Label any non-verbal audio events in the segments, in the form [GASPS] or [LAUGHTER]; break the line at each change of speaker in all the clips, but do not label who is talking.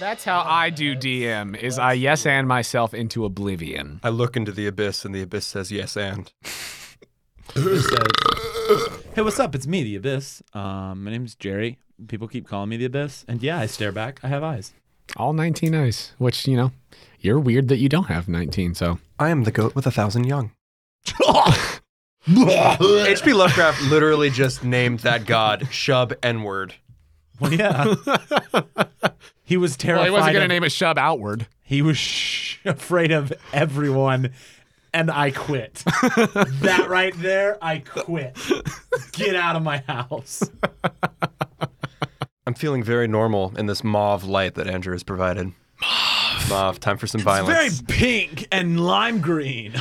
That's how I do DM. Is I yes and myself into oblivion.
I look into the abyss, and the abyss says yes and.
Abyss says, "Hey, what's up? It's me, the Abyss. Um, my name's Jerry. People keep calling me the Abyss, and yeah, I stare back. I have eyes.
All 19 eyes, which you know, you're weird that you don't have 19.
[LAUGHS]
So
I am the goat with a thousand young. H.P. Lovecraft literally just named that god Shub N word.
Well, [LAUGHS] yeah. he was terrified.
well, he wasn't gonna
of-
name a shove outward.
He was sh- afraid of everyone, and I [LAUGHS] quit. that right there, I quit. Get out of my house.
I'm feeling very normal in this mauve light that Andrew has provided. Mauve. Time for some
Very
violence.
pink and lime green. [LAUGHS]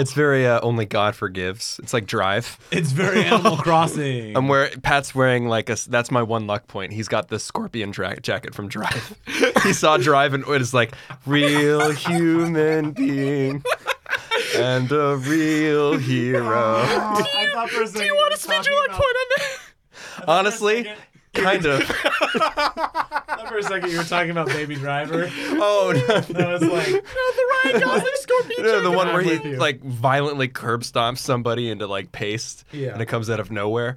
It's very uh, only God forgives. It's like Drive.
it's very Animal Crossing.
I'm wear Pat's wearing like a. s- That's my one luck point. He's got this scorpion dra- jacket from Drive. [LAUGHS] he saw Drive and it is like real human being and a real hero.
I thought for a second. Do you want to spend your luck
[LAUGHS] Honestly, kind of.
point? For a second, you were talking about Baby Driver.
Oh no.
And I was like,
No, [LAUGHS] the one
I'm
where he
with you.
like violently curb stomps somebody into like paste,
Yeah.
and it comes out of nowhere.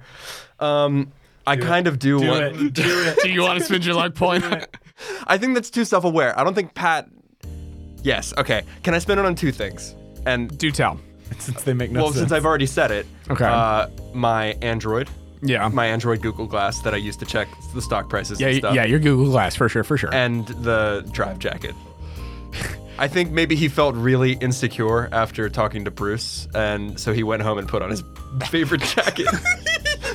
Um, I kind of do,
do
want.
it, do it.
Do you want to spend your luck point?
I think that's too self-aware. I don't think Pat. Yes. Okay. Can I spend it on two things? And
do tell.
[LAUGHS] Since they make no
well,
sense.
since I've already said it,
Okay.
uh, my Android,
Yeah.
my Android Google Glass that I use to check the stock prices
yeah,
and
y-
stuff,
yeah, your Google Glass for sure, for sure.
and the drive jacket. I think maybe he felt really insecure after talking to Bruce, and so he went home and put on his favorite [LAUGHS] jacket.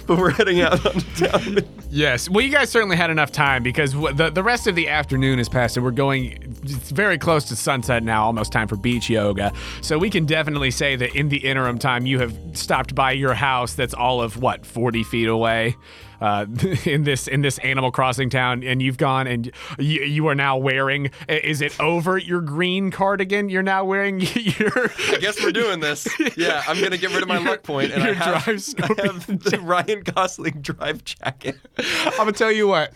but we're heading out on town.
Yes. Well, you guys certainly had enough time because w- the, the rest of the afternoon has passed and we're going it's very close to sunset now, almost time for beach yoga. So we can definitely say that in the interim time, you have stopped by your house that's all of what, 40 feet away? Uh, [LAUGHS] in this in this Animal Crossing town, and you've gone and you, you are now wearing. i- Is it over your green cardigan? You're now wearing [LAUGHS] your
I guess we're doing this. Yeah, I'm gonna get rid of my luck point, and [LAUGHS] I
your
have,
drive
I
scorpion
have the Ryan Gosling drive jacket.
I'm gonna tell you what.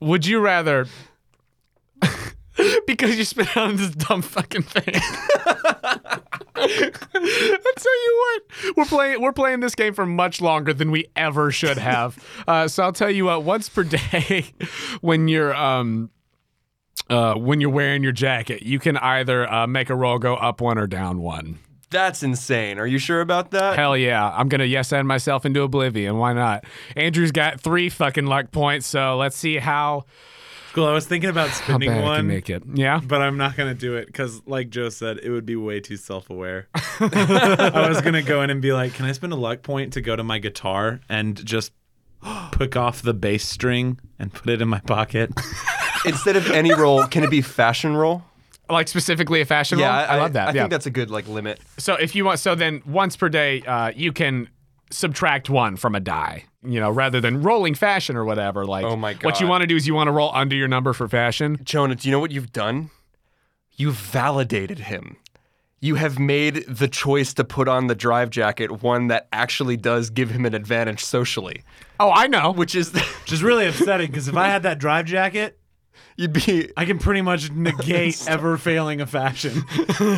Would you rather? [LAUGHS] because you spit on this dumb fucking [LAUGHS] thing. I tell you what, we're playing we're playing this game for much longer than we ever should have. Uh, so I'll tell you what, once per day, [LAUGHS] when you're um. Uh, when you're wearing your jacket, you can either uh, make a roll go up one or down one.
That's insane. Are you sure about that? [LAUGHS]
Hell yeah. I'm going to yes and myself into oblivion. Why not? Andrew's got three fucking luck points, so let's see how,
Cool. I was thinking about
how
spending
bad I can
one.
make it. Yeah?
but I'm not gonna do it because, like Joe said, it would be way too [LAUGHS] self-aware. I was gonna go in and be like, "Can I spend a luck point to go to my guitar and just [GASPS] pick off the bass string and put it in my pocket?"
Instead of any role, can it be fashion role?
Like specifically a fashion
Yeah,
roll? I, love that.
I
yeah.
think that's a good like limit.
so if you want, so then once per day, uh, you can subtract one from a die, you know, rather than rolling fashion or whatever. Like,
Oh my
what you
God.
want to do is you want to roll under your number for fashion.
Jonah, do you know what you've done? You validated him. You have made the choice to put on the drive jacket one that actually does give him an advantage socially,
Oh, I know.
which is [LAUGHS]
Which is really upsetting because if I had that drive jacket,
you'd be
I can pretty much [LAUGHS] negate ever failing a [LAUGHS] fashion.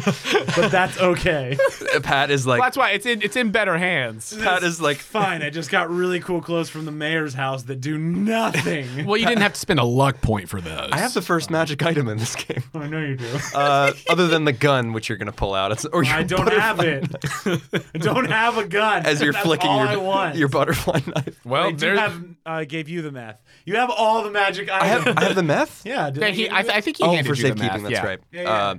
but that's okay.
Pat is like
That's why it's in it's in better hands.
Pat is like
Fine. I just got really cool clothes from the mayor's house that do [LAUGHS] nothing.
[LAUGHS] Well, you didn't have to spend a luck point for those.
I have the first magic item in this
[LAUGHS]
game.
I know you do.
Uh, other than the gun, which you're gonna pull out, it's, or your
I don't
butterfly-
have it. I don't have a gun.
as you're
That's
flicking
all
your
I want.
your Oh, butterfly knife.
well,
I do
there-
have. I gave you the math. You have all the magic
I
items.
have I have the meth.
yeah, did
Yeah,
I
he,
give
I,
you
th- I
it?
think he
Oh,
handed
for
you the
safekeeping.
math,
That's
yeah.
right.
Yeah, yeah.
Uh,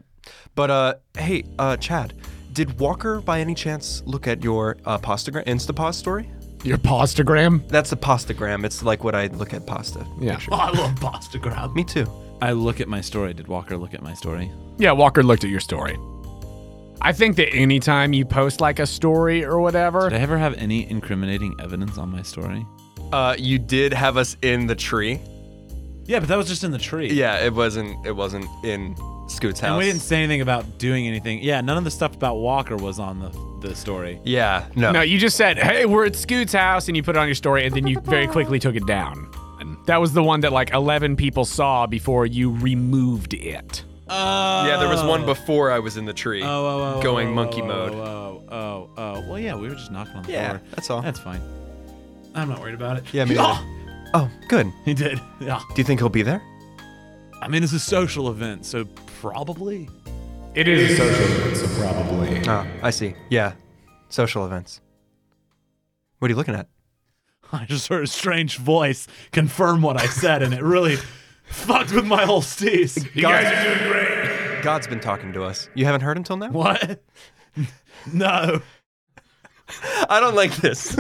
but uh, hey, uh, Chad, did Walker by any chance look at your uh, postagram, Instapos story?
Your postagram.
That's a pastagram. It's like what I look at pasta.
Yeah.
Oh, I love pasta grab.
Me too.
I look at my story. Did Walker look at my story?
Yeah, Walker looked at your story. I think that anytime you post like a story or whatever,
I ever have any incriminating evidence on my story?
Uh, you did have us in the tree.
Yeah, but that was just in the tree.
Yeah, it wasn't. It wasn't in Scoot's house.
And we didn't say anything about doing anything. Yeah, none of the stuff about Walker was on the, the story.
Yeah. No.
no, you just said, "Hey, we're at Scoot's house," and you put it on your story, and then you very quickly took it down. And That was the one that like 11 people saw before you removed it.
Oh.
Yeah, there was one before I was in the tree,
Oh, oh, oh,
going
oh,
monkey
oh,
mode.
Oh, oh, oh, oh. Well, yeah, we were just knocking on the
Yeah,
door.
that's all.
That's fine. I'm not worried about it.
Yeah,
[GASPS]
me neither. Oh, good.
[LAUGHS] He did. Yeah.
Do you think he'll be there?
I mean, it's a social event, so probably. [LAUGHS]
It is a social event, so probably.
Oh, I see. Yeah, social events. What are you looking at?
I just heard a strange voice confirm what I said, and it really [LAUGHS] fucked with my
[LAUGHS]
whole steez.
You guys are doing great.
God's been talking to us. You haven't heard until now?
What? [LAUGHS] No.
I don't like this. [LAUGHS]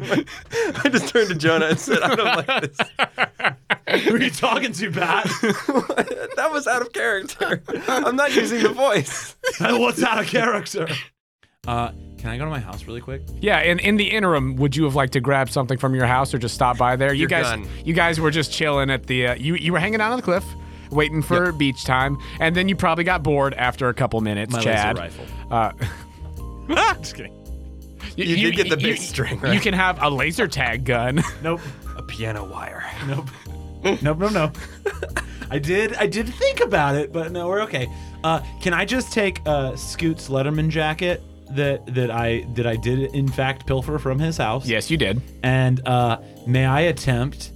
I just turned to Jonah and said, I don't like [LAUGHS] this.
Were you talking
[LAUGHS]
too bad?
that was out of character. I'm not using the voice.
[LAUGHS] What's out of character? Uh, can I go to my house really quick?
Yeah, and in the interim, would you have liked to grab something from your house or just stop by there? You
Your
guys,
gun.
you guys were just chilling at the. Uh, you you were hanging out on the cliff, waiting for beach time, and then you probably got bored after a couple minutes.
My laser
Chad,
rifle. [LAUGHS] Ah,
Uh,
just kidding.
you,
You did get the big string,
You
right?
can have a laser tag gun.
Nope.
A piano wire.
Nope. [LAUGHS] nope. Nope. Nope. I did. I did think about it, but no, we're okay. Uh, can I just take uh, Scoot's Letterman jacket that that I that I did in fact pilfer from his house?
yes, you did.
And uh, may I attempt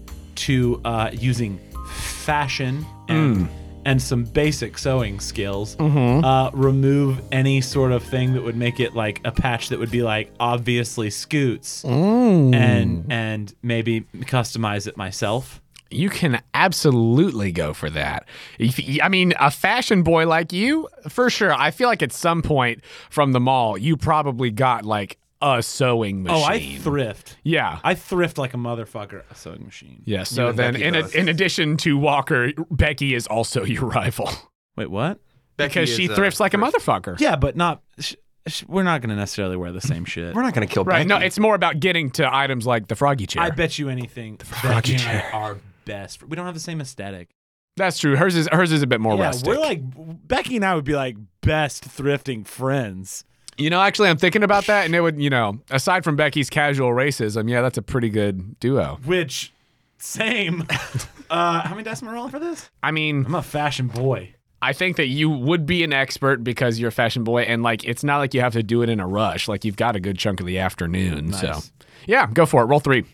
to uh, using fashion and and some basic sewing skills uh, remove any sort of thing that would make it like a patch that would be like obviously Scoot's and and maybe customize it myself.
You can absolutely go for that. If, I mean, a fashion boy like you, for sure. I feel like at some point from the mall, you probably got like a sewing machine.
Oh, I thrift.
yeah.
I thrift like a motherfucker. A sewing machine.
yeah. So
and
then,
Becky
in, a,
both.
in addition to Walker, Becky is also your rival
Wait, what?
because she
uh,
thrifts like a motherfucker.
Yeah, but not. Sh- sh- we're not gonna necessarily wear the same shit.
We're not going to kill
Right.
Becky.
No, it's more about getting to items like the froggy chair.
I bet you anything. Becky and I are best. We don't have the same aesthetic.
That's true. Hers is hers is a bit more
yeah,
rustic.
we're like Becky and I would be like best thrifting friends.
you know, actually, I'm thinking about that, and it would, you know, aside from Becky's casual racism, yeah, that's a pretty good duo.
Which, same. [LAUGHS] uh, how many dice am I rolling for this?
I mean,
I'm a fashion boy.
I think that you would be an expert because you're a fashion boy, and like it's not like you have to do it in a rush. Like you've got a good chunk of the afternoon. So,
Nice.
yeah, go for it. Roll three.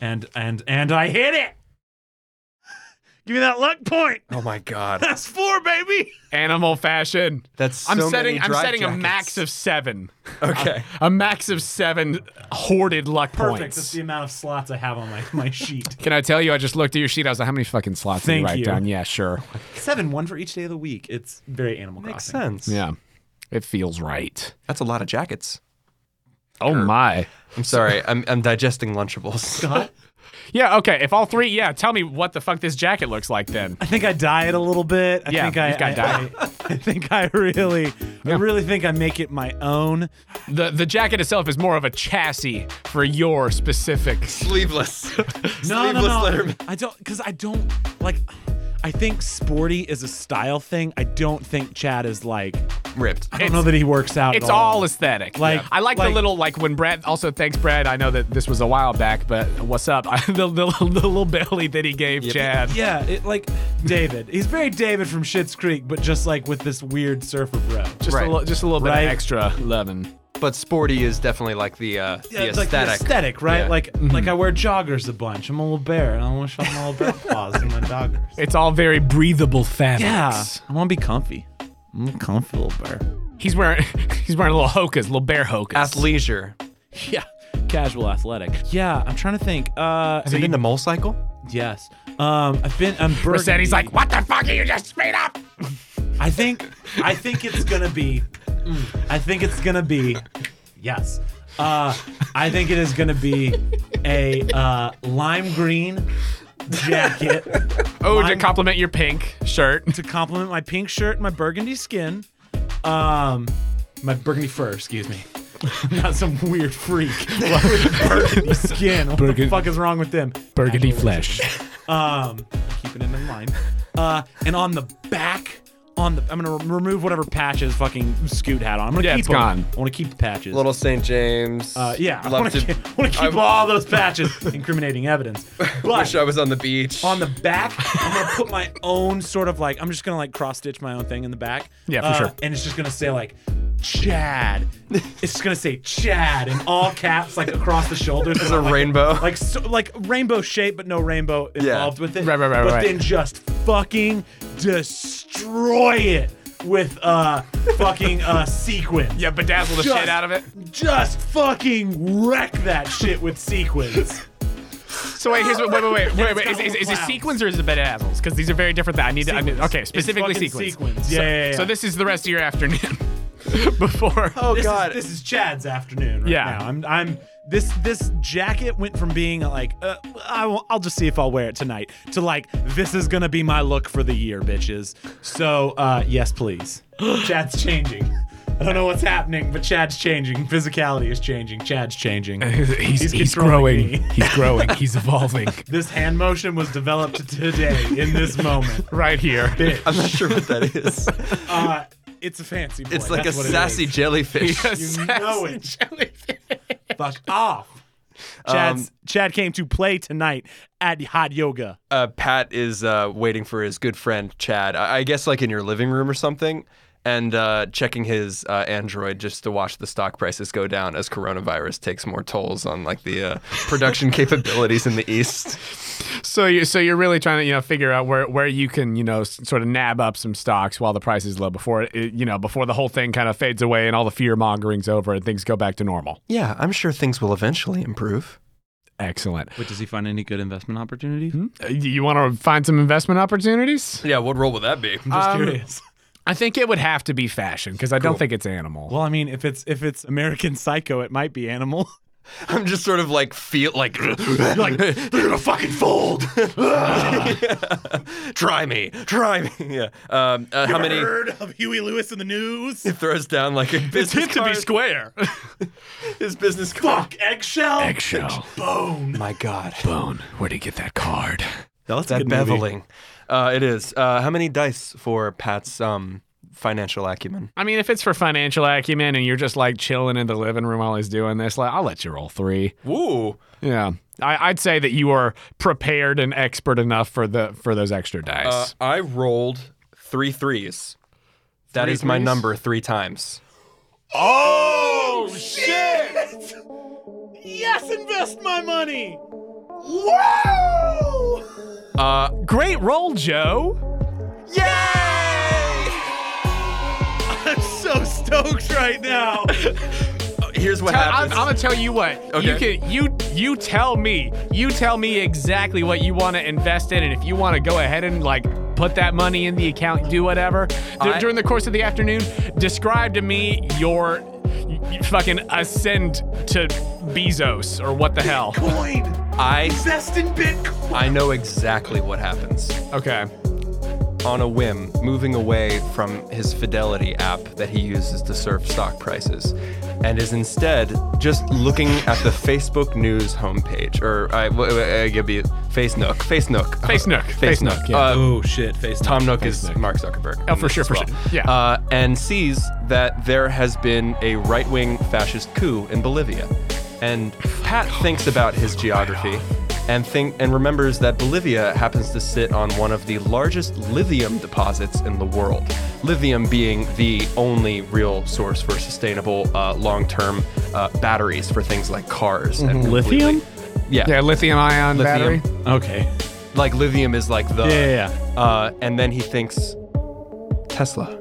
And and and I hit it. [LAUGHS] Give me that luck point.
Oh my God.
That's four, baby.
Animal fashion.
[LAUGHS] That's so
I'm
many
setting. I'm
drive
setting a
jackets.
max of seven.
Okay.
A max of seven hoarded luck
Perfect. That's
points.
the amount of slots I have on my, my sheet.
Can I tell you? I just looked at your sheet. I was like, how many fucking slots did you
Thank
write
you.
down? Yeah, sure.
[LAUGHS] Seven, one for each day of the week. It's very Animal
Makes
Crossing.
sense.
Yeah, it feels right.
That's a lot of jackets.
Oh my.
I'm sorry. I'm, I'm digesting [LAUGHS] Lunchables.
God,
Yeah. Okay. If all three, yeah, tell me what the fuck this jacket looks like then.
I think I diet a little bit. I
Yeah,
think I,
you've got
I,
diet.
I, [LAUGHS] I think I really,
Yeah.
I really think I make it my own.
The the jacket itself is more of a chassis for your specific [LAUGHS]
Sleeveless.
No, no,
Sleeveless
no.
Letterman.
I don't, because I don't like. I think sporty is a style thing. I don't think Chad is like.
Ripped.
I don't
It's-
know that he works out.
It's
at all.
all aesthetic.
Like-
I like, the
like-
little like when Brad. Also, thanks, Brad. I know that this was a while back, but what's up? [LAUGHS] the, the, the little belly that he gave Chad.
yeah, it, like David. He's very David from Schitt's Creek, but just like with this weird surfer bro.
Just
Right.
a little, just a little bit
Right.
of extra loving.
But sporty is definitely like the, uh, the aesthetic.
it's Like the aesthetic, Mm-hmm. right?
Yeah.
Like, like I wear joggers a bunch. I'm a little bear, and I want to show my little bear paws in my joggers.
It's all very breathable fabrics.
[LAUGHS] Yeah, I want to be comfy. I'm a comfy little bear.
He's wearing [LAUGHS] he's wearing little hokas, little bear hokas.
Athleisure.
[LAUGHS] Yeah, casual athletic. Yeah, I'm trying to think. Uh,
Have you been to mole cycle?
yes. Um, I've been. I'm
Said
burgundy.
he's like, what the fuck are you just made up?
I think, I think it's gonna be. mm, I think it's gonna be. Yes. Uh, I think it is gonna be a uh, lime green jacket [LAUGHS]
Oh, to
Mine-
compliment your pink shirt.
to compliment my pink shirt, and my burgundy skin, um, my burgundy fur. Excuse me. [LAUGHS] Not some weird freak.
[LAUGHS]
burgundy skin. What the
Burgundy-
fuck is wrong with them?
Burgundy flesh.
Um, keeping it in mind. Uh, and on the back, on the. I'm gonna re- remove whatever patches fucking Scoot had on. I'm gonna
Yeah,
keep
it's
them.
gone.
I want to keep the patches.
Little St. James.
uh, yeah, I
Love
want to
to.
keep, wanna keep
I-
all those patches, incriminating evidence. But
Wish [LAUGHS] I was on the beach.
on the back, I'm gonna put my own sort of like I'm just gonna like cross stitch my own thing in the back.
Yeah, for
Uh,
sure.
And it's just gonna say like Chad. it's just gonna say Chad in all caps like across the shoulders. There's
a rainbow.
Like so, like rainbow shape, but no rainbow involved with it.
Right, right, right,
But
right.
then just fucking destroy it with uh fucking uh sequence.
Yeah, bedazzle the shit out of it.
Just fucking wreck that shit with sequins.
So wait, here's what, wait, wait, wait, wait,
It's
wait. Is,
got
is, is it
clouds.
sequins or is it bedazzles? Because these are very different. That I need to. I need,
Sequins.
okay,
It's
specifically
fucking
sequins.
sequins.
So,
Yeah, yeah, yeah.
So this is the rest of your afternoon [LAUGHS] before.
oh
this
God.
Is, this is Chad's afternoon right
Yeah.
now. I'm I'm this this jacket went from being like uh, I will, I'll just see if I'll wear it tonight to like this is gonna be my look for the year, bitches. So uh, yes,
[GASPS]
please. Chad's changing. I don't know what's happening, but Chad's changing. Physicality is changing. Chad's changing.
He's,
he's growing. [LAUGHS]
He's growing. He's evolving.
This hand motion was developed today in this
[LAUGHS]
moment.
Right here.
[LAUGHS] I'm not sure what that
[LAUGHS]
is.
Uh, it's a fancy. Boy.
It's like
That's
a
what it
sassy
is. [LAUGHS]
jellyfish.
You know it. Fuck off.
Um,
Chad's, Chad came to play tonight at Hot Yoga.
uh, Pat is uh, waiting for his good friend Chad. I, I guess like in your living room or something, and uh, checking his uh, Android just to watch the stock prices go down as coronavirus takes more tolls on like the uh,
[LAUGHS]
production capabilities in the East.
So you so you're really trying to you know figure out where where you can you know s- sort of nab up some stocks while the price is low before it, it- you know before the whole thing kind of fades away and all the fear mongering's over and things go back to normal.
Yeah, I'm sure things will eventually improve.
Excellent.
But does he find any good investment opportunities?
Uh, You, want to find some investment opportunities?
Yeah, what role would that be?
I'm just
Um,
curious.
I think it would have to be fashion because I don't think it's animal.
Well, I mean, if it's if it's American Psycho, it might be Animal.
I'm just sort of like feel like [LAUGHS]
like they're gonna fucking fold.
try me, try me. [LAUGHS] Yeah. Um, uh, how many?
Heard of Huey Lewis in the
[LAUGHS]
news?
Throws down like a business card.
[LAUGHS]
square.
his business card.
Fuck eggshell.
Eggshell.
Bone.
My God.
Bone. Where'd he get that card?
That's
that beveling. Uh, it is. Uh, how many dice for Pat's um, financial acumen?
I mean, if it's for financial acumen and you're just like chilling in the living room while he's doing this, like I'll let you roll three.
Woo!
Yeah, I, I'd say that you are prepared and expert enough for the for those extra dice.
Uh, I rolled three threes. That
Three
is my
threes?
number three times.
Oh shit! Yes, invest my money. Wow!
Uh,
Great roll, Joe.
Yay!
I'm so stoked right now.
Here's what
I'm, I'm
happens.
gonna tell you what. You
Okay.
can you you tell me. You tell me exactly what you want to invest in, and if you want to go ahead and like put that money in the account, do whatever D-
I-
during the course of the afternoon. Describe to me your y- y- fucking ascend to Bezos or what the hell.
Coin.
I
Invest in Bitcoin.
I know exactly what happens.
Okay.
On a whim, moving away from his Fidelity app that he uses to serve stock prices, and is instead just looking at the Facebook News homepage, or I, w- uh, w- I give you Face Nook, Face Nook,
Face Nook, Face Nook, yeah.
Uh,
Oh shit! Face
Tom Nook is
Nook.
Mark Zuckerberg.
Oh, for sure, for sure. Yeah.
Uh, and sees that there has been a right wing fascist coup in Bolivia. And Pat thinks about his geography and think and remembers that Bolivia happens to sit on one of the largest lithium deposits in the world. Lithium being the only real source for sustainable uh, long-term uh, batteries for things like cars. And
Mm-hmm. Lithium?
completely- Yeah.
Yeah, lithium ion
Lithium.
battery.
Okay.
Like lithium is like the
Yeah, yeah, yeah.
uh, and then he thinks Tesla.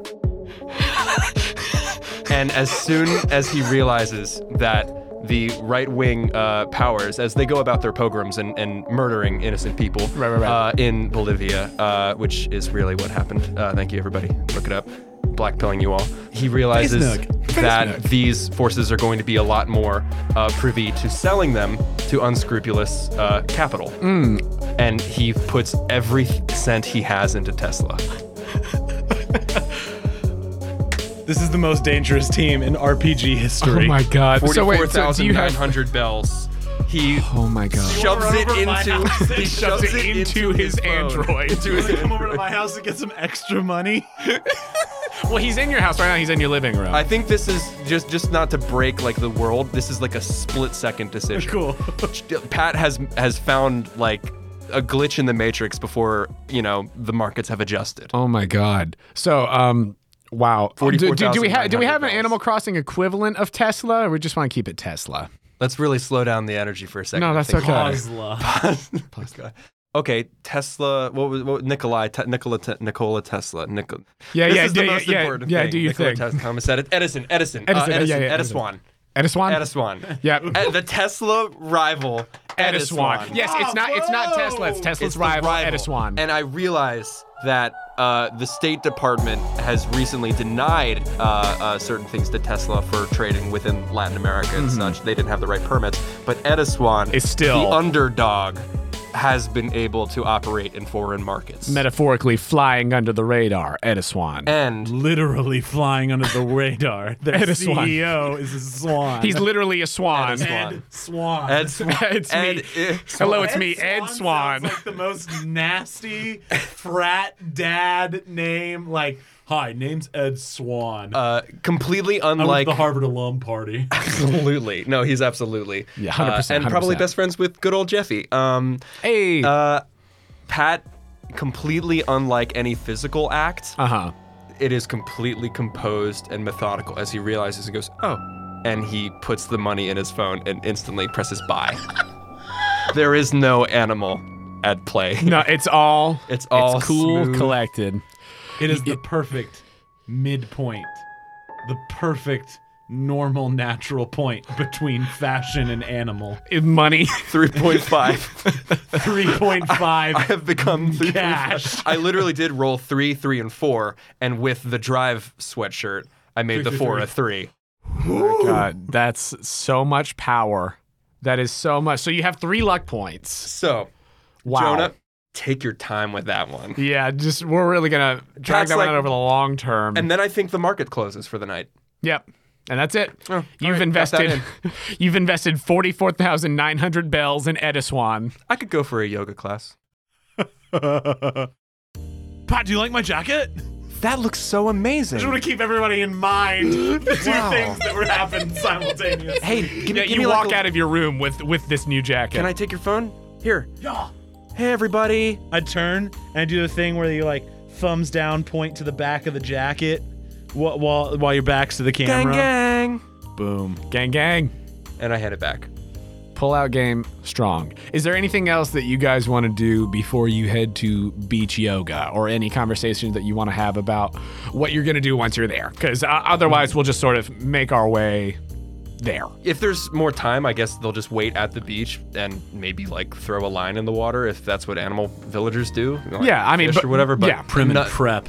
and as soon as he realizes that the right-wing uh, powers, as they go about their pogroms and, and murdering innocent people
Right, right, right.
Uh, in Bolivia, uh, which is really what happened. Uh, thank you, everybody. Look it up. Blackpilling you all. He realizes
Nook.
that these forces are going to be a lot more uh, privy to selling them to unscrupulous uh, capital.
Hmm.
And he puts every cent he has into Tesla.
This is the Oh
Oh
[LAUGHS] most dangerous team in RPG history.
god. So wait, so do you have
44,900 bells. He
Oh my god.
shoves
Over
it
my
into
house.
he shoves it into his phone.
Android.
[LAUGHS] Into his
Come over
Android.
to my house and get some extra money.
well, he's in your house right now. He's in your living room.
I think this is just just not to break like the world. This is like a split second decision.
Cool.
Pat has has found like a glitch in the matrix before you know the markets have adjusted.
oh my god. So, um, wow. Do, do, do we have do we have an
$44,900.
Animal Crossing equivalent of Tesla? Or we just want to keep it Tesla.
Let's really slow down the energy for a second.
No,
and
that's
think
okay.
about it.
Osla.
Okay. uh, Okay, Tesla. What was what, Nikolai? Te, Nikola. Te, Nikola Tesla. Nikola.
Yeah,
this
yeah,
is the
yeah,
most
yeah,
important
yeah,
thing.
do your
Nikola
thing.
Tesla, Thomas Edison. Edison. Edison. uh,
Edison, yeah,
Edison.
yeah, yeah,
Ediswan.
Ediswan.
Ediswan.
[LAUGHS] Yeah.
Ed- the Tesla rival. Ediswan.
Yes, it's not it's not Tesla. It's Tesla's
It's the
rival,
rival.
Ediswan.
And I realize that uh, the State Department has recently denied uh, uh, certain things to Tesla for trading within Latin America and such. They didn't have the right permits. But Ediswan
Is Mm-hmm. still-
the underdog. Has been able to operate in foreign markets.
Metaphorically flying under the radar, Ediswan.
and
[LAUGHS]
Literally flying under the radar. Their
Ed a swan.
CEO is a swan.
He's literally a swan.
Ediswan.
Ed Swan.
Ed Swan.
It's
Ed,
me.
eh,
Hello,
Swan.
it's me, Ed Swan.
sounds like the most nasty frat dad name. Like, hi, name's Ed Swan.
Uh, completely
I'm
unlike.
the Harvard alum party.
[LAUGHS] absolutely. No, he's absolutely. Uh,
Yeah, 100%,
and probably
100%.
best friends with good old Jeffy. Um,
Hey. Uh
Uh, Pat, completely unlike any physical act,
huh.
it is completely composed and methodical as he realizes and goes, oh. And he puts the money in his phone and instantly presses
[LAUGHS]
buy. there is no animal at play. [LAUGHS]
No, it's all
It's all
cool,
smooth.
collected.
It is the perfect midpoint, the perfect normal, natural point between fashion and animal.
Money. [LAUGHS]
3.5. [LAUGHS]
3.5
have become three.
Cash.
I literally did roll three, three, and four, and with the drive sweatshirt, I made the
three,
four
three.
a three.
God, that's so much power. That is so much. So you have three luck points.
So,
Wow.
Jonah, take your time with that one.
Yeah, just we're really gonna drag
That's
that one out
like-
over the long term.
And then I think the market closes for the night.
yep. And that's it.
Oh, all
you've
right, got that
invested [LAUGHS] you've invested forty four thousand nine hundred bells in Ediswan.
I could go for a yoga class.
Pat, do you like my jacket? I
That looks so
just
amazing.
want to keep everybody in mind [GASPS] the two
Wow.
things that were happening simultaneously.
[LAUGHS]
Hey, give
Yeah,
me, give
you
me
walk
like a-
out of your room with with this new jacket.
Can I take your phone? Here.
Yeah.
Hey, everybody.
I turn and I do the thing where you like thumbs down, point to the back of the jacket, while while, while your back's to the
Gang,
camera.
gang.
Boom.
gang gang.
And I head it back.
Pull out game strong. Is there anything else that you guys want to do before you head to beach yoga or any conversations that you want to have about what you're going to do once you're there? Because uh, otherwise, we'll just sort of make our way there.
If there's more time, I guess they'll just wait at the beach and maybe like throw a line in the water if that's what animal villagers do. Like
Yeah, I mean,
fish
but-
or whatever. But
yeah,
Primitive
not-
prep.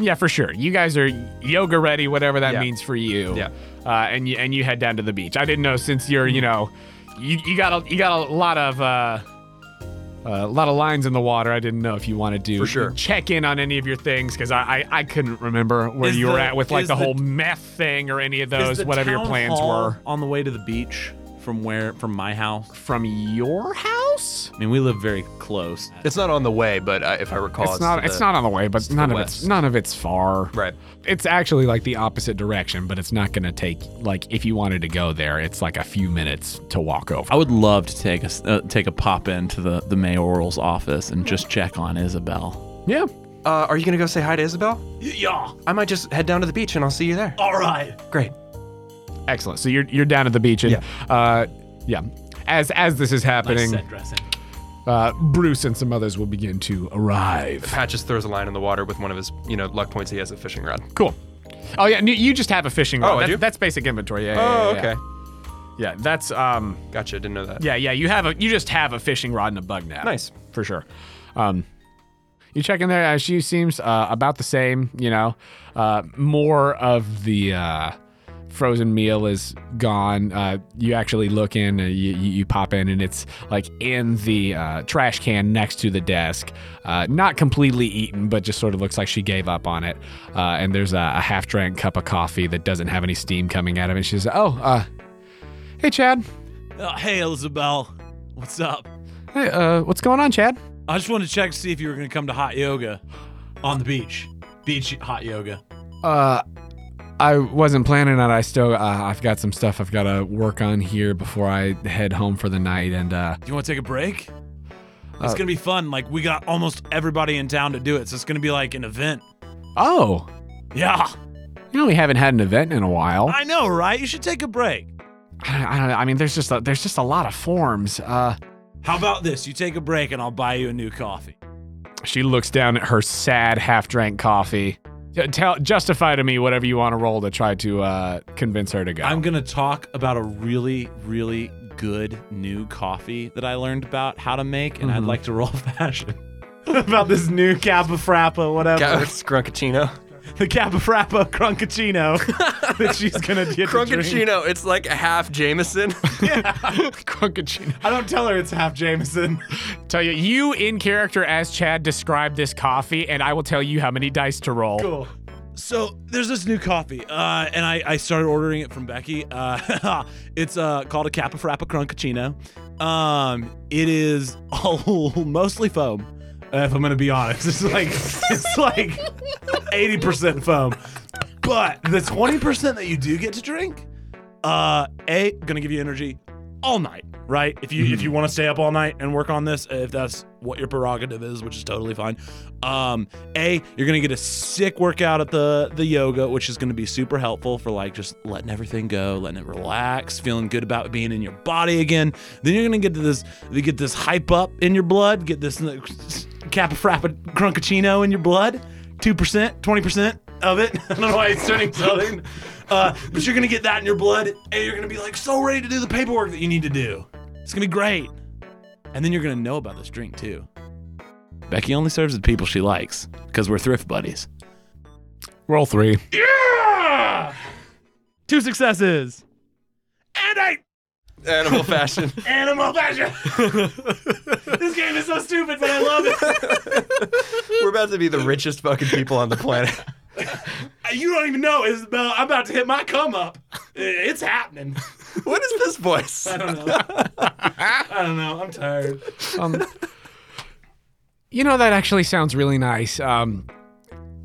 Yeah, for sure. You guys are yoga ready, whatever that
Yeah.
means for you.
Yeah.
Uh, and you and you head down to the beach. I didn't know since you're you know, you, you got a you got a lot of. Uh, a lot of lines in the water. I didn't know if you wanted to
For sure.
check in on any of your things because I, I I couldn't remember where
Is
you were
the-
at with like
is
the,
the-
whole meth thing or any of those, whatever your plans were.
On the way to the beach from where from my house.
From your house?
I mean, we live very close.
It's not on the way, but uh, if I recall,
It's not.
to
It's
the-
not on the way, but none of it's
west.
none of it's far.
Right.
It's actually like the opposite direction, but it's not going to take like if you wanted to go there, it's like a few minutes to walk over.
I would love to take a s- uh, take a pop into the the mayoral's office and just check on Isabel.
Yeah.
Uh, are you gonna go say hi to Isabel?
Yeah.
I might just head down to the beach and I'll see you there.
All right.
Great.
Excellent. So you're you're down at the beach and yeah. uh yeah. As as this is happening,
Set dressing.
uh, Bruce and some others will begin to arrive.
Pat just throws a line in the water with one of his, you know, luck points. He has a fishing rod.
Cool. Oh yeah, n- you just have a fishing rod.
Oh, I
that's,
do?
that's basic inventory. Yeah. yeah, yeah, yeah. Yeah, that's um
Oh, Gotcha. Didn't know that.
Yeah, yeah. You have a you just have a fishing rod and a bug net.
Nice.
for sure. Um, you check in there. Uh, she seems uh, about the same. You know, uh, more of the uh, frozen meal is gone. Uh, you actually look in. Uh, you, you you pop in, and it's like in the uh, trash can next to the desk. Uh, not completely eaten, but just sort of looks like she gave up on it. Uh, and there's a, a half drank cup of coffee that doesn't have any steam coming out of it. She says, "Oh, uh, hey, Chad."
Uh, hey, Isabel. What's up?
Hey, uh, what's going on, Chad?
I just wanted to check to see if you were going to come to hot yoga on the beach. Beach hot yoga.
Uh, I wasn't planning on. it. I still, uh, I've got some stuff I've got to work on here before I head home for the night. And uh,
Do you want to take a break? It's going to be fun. Like, we got almost everybody in town to do it. So it's going to be like an event.
oh,
Yeah.
you know, we haven't had an event in a while.
I know, right? You should take a break.
I, I don't know. I mean, there's just a, there's just a lot of forms. Uh,
How about this? You take a break and I'll buy you a new coffee.
she looks down at her sad half-drank coffee. T- Tell, justify to me whatever you want to roll to try to uh, convince her to go. [LAUGHS]
I'm going to talk about a really, really good new coffee that I learned about how to make, and I'd like to roll [LAUGHS] fashion.
about this new Kappa Frappa, whatever.
Got [LAUGHS] Scrunkachino.
the Kappa Frappa
[LAUGHS]
Crunkachino that she's gonna get to drink.
Crunkachino. It's like a half Jameson.
Crunkachino.
I don't tell her it's half
[LAUGHS]
Jameson.
Tell you, you in character as Chad describe this coffee, and I will tell you how many dice to roll.
Cool.
So there's this new coffee, uh, and I, I started ordering it from Becky. Uh, [LAUGHS] it's uh, called a Kappa Frappa Crunchicino. Um, it is [LAUGHS] all mostly foam. uh, If I'm gonna be honest, it's like it's like 80% foam, but the 20% that you do get to drink, uh, a gonna give you energy all night, right? If you if you want to stay up all night and work on this, if that's what your prerogative is, which is totally fine. Um, a you're gonna get a sick workout at the the yoga, which is gonna be super helpful for like just letting everything go, letting it relax, feeling good about being in your body again. Then you're gonna get to this you get this hype up in your blood, get this uh, kappa frappa crunkachino in your blood, two percent, twenty percent of it. [LAUGHS] I don't know why it's turning southern. Uh, but you're gonna get that in your blood, and you're gonna be like so ready to do the paperwork that you need to do. It's gonna be great. And then you're gonna know about this drink too. Becky only serves the people she likes because we're thrift buddies.
Roll three.
Two successes.
And I
[LAUGHS] Animal fashion.
animal pleasure. [LAUGHS] this game is so stupid, but I love it.
[LAUGHS] We're about to be the richest fucking people on the planet.
You don't even know, Isabel. I'm about to hit my come up. It's happening.
[LAUGHS] What is this voice?
I don't know. I don't know. I'm tired.
Um, you know that actually sounds really nice. Um,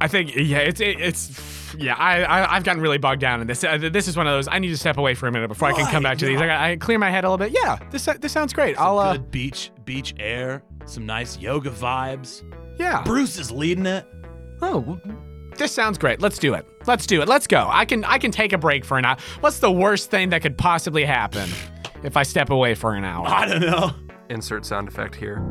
I think yeah, it's it, it's yeah. I, I I've gotten really bogged down in this. Uh, this is one of those. I need to step away for a minute before I can come back to these. I, got- I clear my head a little bit. Yeah, this this sounds great. I'll uh,
Good beach, beach air, some nice yoga vibes.
yeah.
Bruce is leading it. [LAUGHS]
Oh, well, this sounds great. Let's do it. Let's do it. Let's go. I can I can take a break for an hour. What's the worst thing that could possibly happen if I step away for an hour?
I don't know.
Insert sound effect here.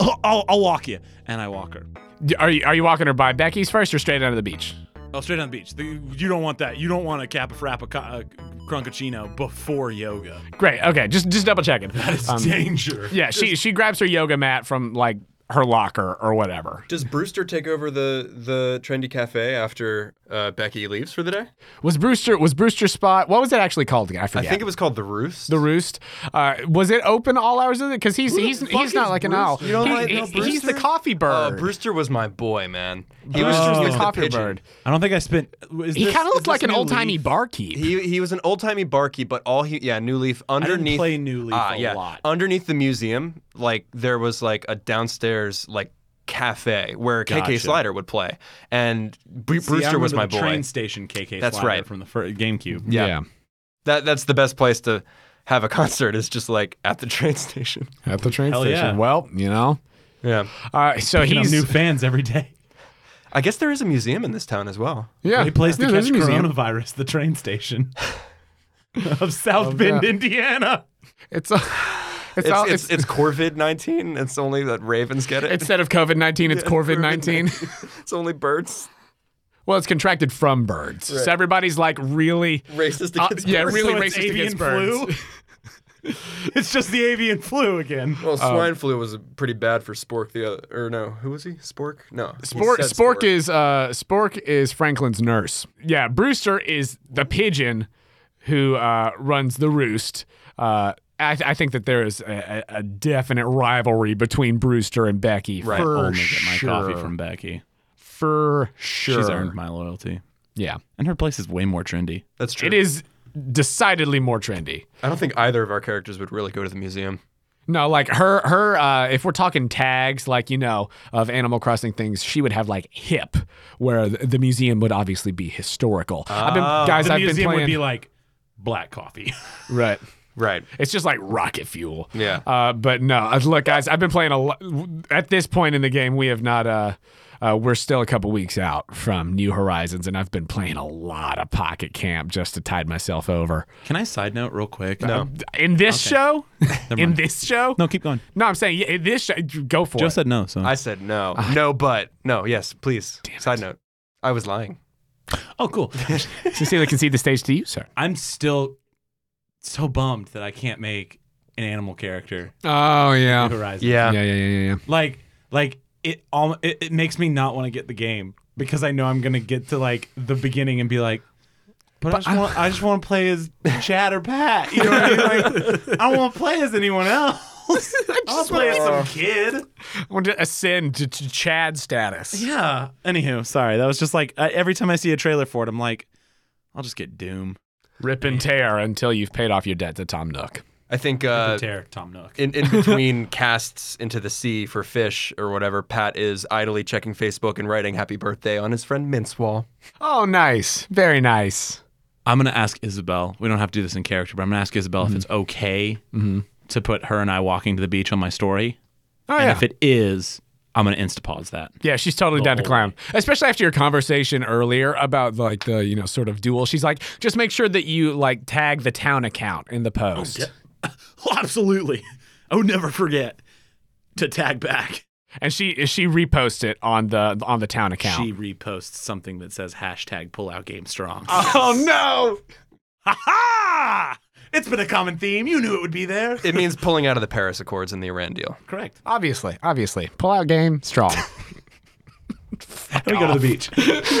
I'll, I'll, I'll walk you. And I walk her.
D- Are you are you walking her by Becky's first or straight out of the beach?
Oh, straight on the beach. The- you don't want that. You don't want a Kappa Frappa co- uh, Crunchicino before yoga.
Great. Okay. Just just double checking.
That is
Um,
danger.
Yeah, she she grabs her yoga mat from like her locker or whatever.
Does Brewster take over the the trendy cafe after uh, Becky leaves for the day?
Was Brewster was Brewster spot? What was it actually called again? I
I
forget.
think it was called the Roost.
the roost. Uh, was it open all hours of the? Because he's he's
the fuck
he's not
is
like an owl.
Brewster? You don't
He's-
like- no,
he's, he's the
Brewster?
coffee
Uh,
bird.
Brewster was my boy, man. He was
Brewster's
Oh. he
the
was
coffee
pigeon.
bird.
I don't think I spent. Is
He
this-
kind of
is
looked
this
like an
new
old timey
leaf?
barkeep.
He he was an old timey barkeep, but all he yeah New Leaf underneath
play New Leaf
Ah,
a
yeah,
lot.
underneath the museum. Like there was like a downstairs like cafe where KK Slider would play, and Bru-
See, I
Brewster was my boy.
remember the Train station KK.
That's
Slider
right.
from the first GameCube.
yeah. That that's the best place to have a [LAUGHS] concert is just like at the train [LAUGHS] station.
at the train
Hell
station.
yeah.
Well, you know.
Yeah,
Uh, so
Picking up
he's
new fans
[LAUGHS]
every day.
I guess there is a museum in this town as well.
yeah.
He plays the
yeah, there's
catch
a museum.
coronavirus, the train station
[LAUGHS]
[LAUGHS]
of South
Oh,
Bend,
that.
Indiana.
It's
[LAUGHS]
a, it's,
It's
all,
it's, it's, Corvid nineteen. It's only that ravens get it. It's,
instead of COVID nineteen,
[LAUGHS]
it's COVID nineteen.
only birds.
well, it's contracted from birds. So everybody's like really.
Racist
Uh,
against
yeah,
birds.
really
So it's
racist
avian
against birds.
flu? [LAUGHS] It's just the avian flu again.
Well, swine flu was pretty bad for Spork. The other, or no, who was he? Spork? No, he
Spork,
said
Spork, is uh, Spork is Franklin's nurse. Yeah, Brewster is the pigeon who uh, runs the roost. Uh, I, I think that there is a, a a definite rivalry between Brewster and Becky. For
Only get Oh my
sure.
coffee from Becky.
for sure.
She's earned my loyalty.
Yeah.
And her place is way more trendy.
That's true.
It is decidedly more trendy.
I don't think either of our characters would really go to the museum.
No, like her, her. Uh, if we're talking tags, like you know, of Animal Crossing things, she would have like hip, where the, the museum would obviously be historical. I've been guys,
The
I've been
museum
playing.
would be like black coffee. [LAUGHS]
right,
Right.
it's just like rocket fuel.
Yeah.
Uh, but no, uh, look, guys, I've been playing a lot. At this point in the game, we have not. Uh, uh, we're still a couple weeks out from New Horizons, and I've been playing a lot of Pocket Camp just to tide myself over.
Can I side note real quick?
No.
In this [LAUGHS] show, in
mind.
this show,
No, keep going.
no, I'm saying yeah, in this show, go for
Joe
it.
said no, so
I said no. No, but no. Yes, please. Side note. I was lying.
[LAUGHS]
Oh, cool.
Cecilia can see the stage to you, sir.
I'm still so bummed that I can't make an animal character.
[LAUGHS] Oh yeah.
Horizon.
Yeah.
yeah, yeah, yeah, [LAUGHS] yeah.
Like, like it all. It, it makes me not want to get the game because I know I'm gonna get to like the beginning and be like. But, I just want I just want to play [LAUGHS] as Chad or Pat. You know what I mean? Like, I don't want to play as anyone else. [LAUGHS] I want to play as some kid.
I want to ascend to, to Chad status.
Yeah.
Anywho, sorry. That was just like I, every time I see a trailer for it, I'm like, I'll just get Doom.
Rip and tear until you've paid off your debt to Tom Nook.
I think uh,
Tear Tom Nook.
in, in between casts into the sea for fish or whatever, Pat is idly checking Facebook and writing happy birthday on his friend Mint's wall.
Oh, nice. Very nice.
I'm gonna ask Isabel. We don't have to do this in character, but I'm gonna ask Isabel
Mm-hmm.
if it's okay to put her and I walking to the beach on my story.
Oh,
and
yeah.
if it Oh. is, I'm gonna insta pause that.
Yeah, she's totally down to clown. Especially after your conversation earlier about like the, you know, sort of duel. She's like, just make sure that you like tag the town account in the post.
[LAUGHS] absolutely. I would never forget to tag back.
And she she reposts it on the on the town account.
She reposts something that says hashtag pull out game [LAUGHS] strong.
oh no.
ha! It's been a common theme. You knew it would be there.
It means pulling out of the Paris Accords and the Iran deal.
Correct.
Obviously, obviously. Pull out game
[LAUGHS]
strong.
Let me go to the [LAUGHS] beach.